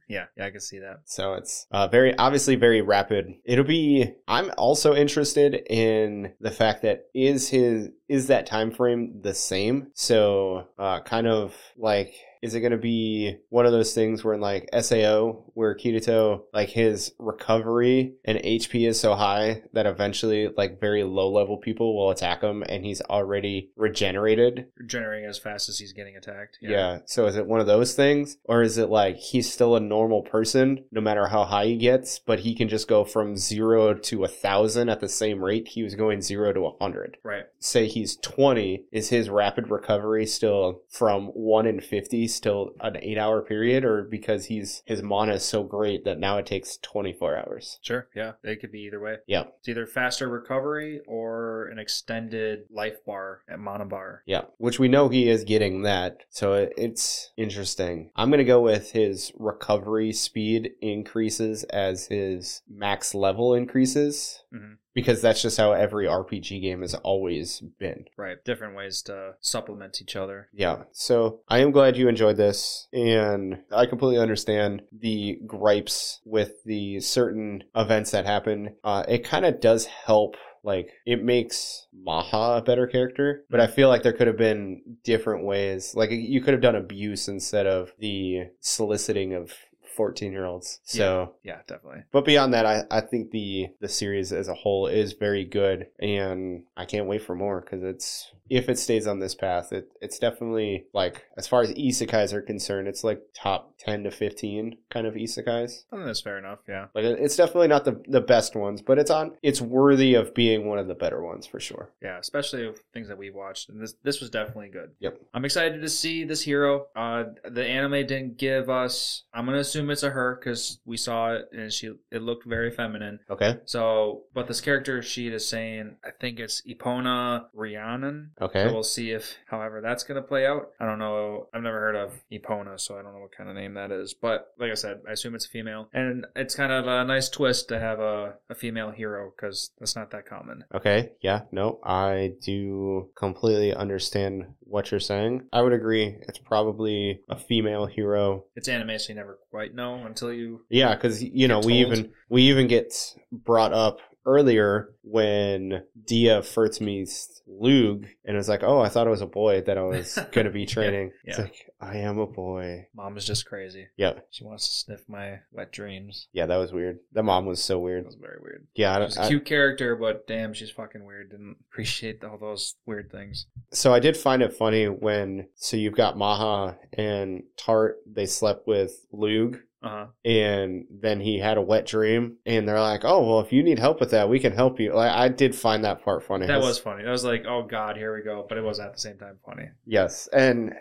[SPEAKER 2] yeah. Yeah, I can see that.
[SPEAKER 1] So it's uh, very obviously very rapid. It'll be. I'm also interested in the fact that is his is that time frame the same? So uh, kind of like. Is it going to be one of those things where, in like SAO, where Kirito, like his recovery and HP is so high that eventually, like very low level people will attack him, and he's already regenerated,
[SPEAKER 2] Generating as fast as he's getting attacked.
[SPEAKER 1] yeah. So is it one of those things? Or is it like he's still a normal person no matter how high he gets, but he can just go from zero to a thousand at the same rate he was going zero to a hundred?
[SPEAKER 2] Right.
[SPEAKER 1] Say he's 20, is his rapid recovery still from one in 50 he's still an eight hour period, or because he's his mana is so great that now it takes twenty four hours.
[SPEAKER 2] Sure. Yeah. It could be either way.
[SPEAKER 1] Yeah.
[SPEAKER 2] It's either faster recovery or an extended life bar at mana bar.
[SPEAKER 1] Yeah, which we know he is getting that. So it- it's interesting. I'm going to go with his recovery speed increases as his max level increases
[SPEAKER 2] Mhm.
[SPEAKER 1] because that's just how every RPG game has always been.
[SPEAKER 2] Right. Different ways to supplement each other.
[SPEAKER 1] Yeah. So I am glad you enjoyed this. And I completely understand the gripes with the certain events that happen. Uh, it kind of does help. Like, it makes Maha a better character, but I feel like there could have been different ways. Like, you could have done abuse instead of the soliciting of 14 year olds. So.
[SPEAKER 2] Yeah, definitely.
[SPEAKER 1] But beyond that, I, I think the the series as a whole is very good, and I can't wait for more because it's if it stays on this path, it it's definitely like as far as isekais are concerned, it's like top ten to fifteen kind of isekais.
[SPEAKER 2] I think that's fair enough. Yeah.
[SPEAKER 1] Like it- it's definitely not the the best ones, but it's on it's worthy of being one of the better ones for sure.
[SPEAKER 2] Yeah, especially of things that we've watched, and this this was definitely good.
[SPEAKER 1] Yep.
[SPEAKER 2] I'm excited to see this hero. Uh, the anime didn't give us. I'm gonna assume it's a her because we saw it and she it looked very feminine.
[SPEAKER 1] Okay.
[SPEAKER 2] So, but this character sheet is saying, I think it's Ipona Rhiannon. So
[SPEAKER 1] Okay.
[SPEAKER 2] we'll see if, however, that's going to play out. I don't know. I've never heard of Epona, so I don't know what kind of name that is. But like I said, I assume it's a female. And it's kind of a nice twist to have a, a female hero because that's not that common.
[SPEAKER 1] Okay. Yeah. No, I do completely understand what you're saying. I would agree. It's probably a female hero
[SPEAKER 2] It's anime, so you never quite know until you.
[SPEAKER 1] Yeah, because you know
[SPEAKER 2] Get
[SPEAKER 1] we
[SPEAKER 2] told.
[SPEAKER 1] even we even get brought up earlier when Dia first meets Lug, and it's like, oh, I thought it was a boy that I was going to be training. It's
[SPEAKER 2] yeah.
[SPEAKER 1] like I am a boy.
[SPEAKER 2] Mom is just crazy.
[SPEAKER 1] Yeah,
[SPEAKER 2] She wants to sniff my wet dreams.
[SPEAKER 1] yeah, that was weird. The mom was so
[SPEAKER 2] That
[SPEAKER 1] weird.
[SPEAKER 2] was very weird.
[SPEAKER 1] Yeah, I,
[SPEAKER 2] She's a
[SPEAKER 1] I-
[SPEAKER 2] cute character, but damn, she's fucking weird. Didn't appreciate all those weird things.
[SPEAKER 1] so I did find it funny when so you've got Maha and Tart. They slept with Lug.
[SPEAKER 2] Uh huh.
[SPEAKER 1] And then he had a wet dream, and they're like, "Oh well, if you need help with that, we can help you." Like I did find that part funny.
[SPEAKER 2] That
[SPEAKER 1] It's-
[SPEAKER 2] was funny. That was like, oh god, here we go. But it was at the same time funny.
[SPEAKER 1] Yes, and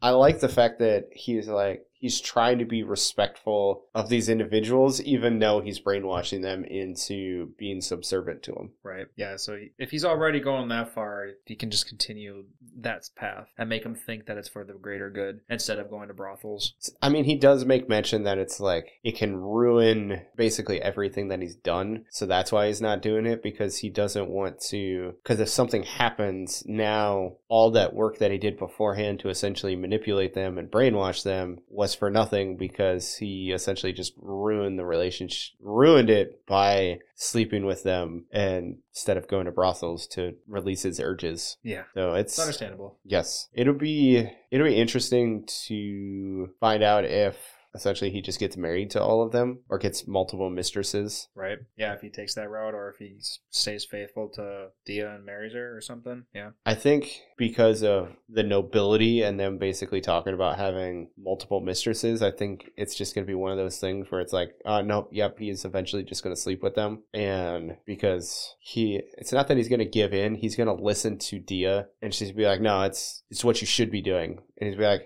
[SPEAKER 1] I like the fact that he's like he's trying to be respectful of these individuals, even though he's brainwashing them into being subservient to him.
[SPEAKER 2] Right. Yeah. So if he's already going that far, he can just continue that path and make him think that it's for the greater good instead of going to brothels.
[SPEAKER 1] I mean, he does make mention that it's like it can ruin basically everything that he's done, so that's why he's not doing it because he doesn't want to. Because if something happens now, all that work that he did beforehand to essentially manipulate them and brainwash them was for nothing because he essentially just ruined the relationship, ruined it by sleeping with them and instead of going to brothels to release his urges.
[SPEAKER 2] Yeah.
[SPEAKER 1] So
[SPEAKER 2] It's understandable.
[SPEAKER 1] Yes, it'll be it'll be interesting to find out if essentially he just gets married to all of them or gets multiple mistresses.
[SPEAKER 2] Right. Yeah. If he takes that route or if he s- stays faithful to Dia and marries her or something. Yeah.
[SPEAKER 1] I think because of the nobility and them basically talking about having multiple mistresses, I think it's just going to be one of those things where it's like, uh, nope, yep, he's eventually just going to sleep with them. And because he, it's not that he's going to give in, he's going to listen to Dia and she's be like, no, it's, it's what you should be doing. And he's be like,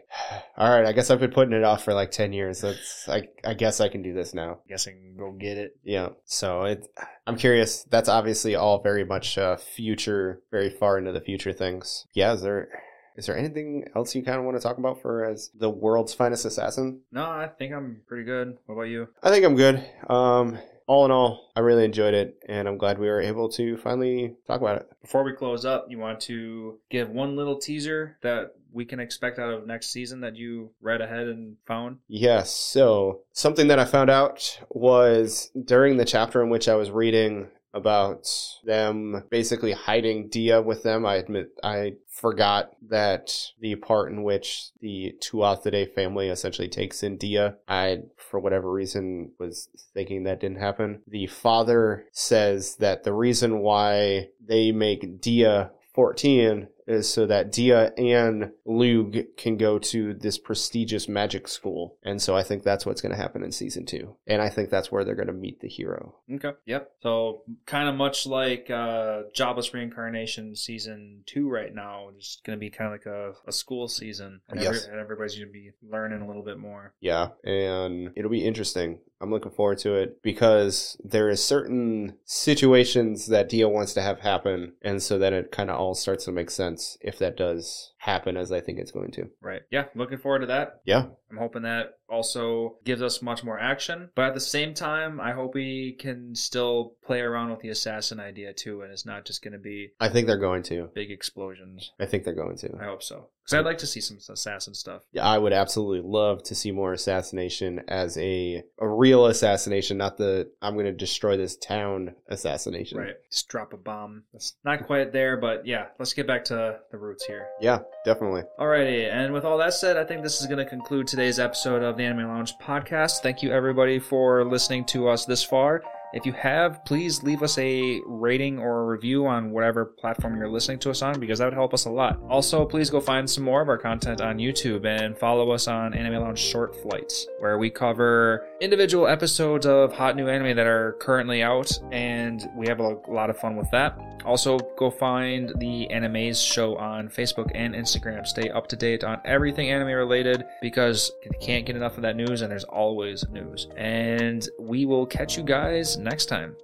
[SPEAKER 1] all right, I guess I've been putting it off for like 10 years. That's, I, I guess I can do this now.
[SPEAKER 2] guess I can go get it.
[SPEAKER 1] Yeah. So it, I'm curious. That's obviously all very much uh, future, very far into the future things. Yeah. Is there is there anything else you kind of want to talk about for as the world's finest assassin?
[SPEAKER 2] No, I think I'm pretty good. What about you?
[SPEAKER 1] I think I'm good. Um, all in all, I really enjoyed it, and I'm glad we were able to finally talk about it.
[SPEAKER 2] Before we close up, you want to give one little teaser that we can expect out of next season that you read ahead and found?
[SPEAKER 1] Yes. So something that I found out was during the chapter in which I was reading about them basically hiding Dia with them. I admit I forgot that the part in which the Tuatha family essentially takes in Dia. I for whatever reason was thinking that didn't happen. The father says that the reason why they make Dia 14 is so that Dia and Lug can go to this prestigious magic school. And so I think that's what's going to happen in season two. And I think that's where they're going to meet the hero.
[SPEAKER 2] Okay. Yep. So kind of much like uh Jabba's reincarnation season two right now, it's going to be kind of like a, a school season, and,
[SPEAKER 1] Yes.
[SPEAKER 2] and everybody's going to be learning a little bit more.
[SPEAKER 1] Yeah, and it'll be interesting. I'm looking forward to it because there is certain situations that Dia wants to have happen, and so then it kind of all starts to make sense if that does happen as I think it's going to.
[SPEAKER 2] Right. Yeah. Looking forward to that.
[SPEAKER 1] Yeah,
[SPEAKER 2] I'm hoping that also gives us much more action. But at the same time, I hope we can still play around with the assassin idea too, and it's not just going to be
[SPEAKER 1] I think they're going to.
[SPEAKER 2] big explosions.
[SPEAKER 1] I think they're going
[SPEAKER 2] I
[SPEAKER 1] to.
[SPEAKER 2] hope so. Because I'd like to see some assassin stuff.
[SPEAKER 1] Yeah, I would absolutely love to see more assassination as a a real assassination, not the I'm going to destroy this town assassination.
[SPEAKER 2] Right. Just drop a bomb. That's not quite there, but yeah, let's get back to the roots here.
[SPEAKER 1] Yeah, definitely.
[SPEAKER 2] Alrighty, and with all that said, I think this is going to conclude today's episode of the Anime Lounge podcast. Thank you, everybody, for listening to us this far. If you have, please leave us a rating or a review on whatever platform you're listening to us on because that would help us a lot. Also, please go find some more of our content on YouTube and follow us on Anime Lounge Short Flights, where we cover individual episodes of hot new anime that are currently out, and we have a lot of fun with that. Also, go find the Animes show on Facebook and Instagram. Stay up to date on everything anime related because you can't get enough of that news, and there's always news. And we will catch you guys next time.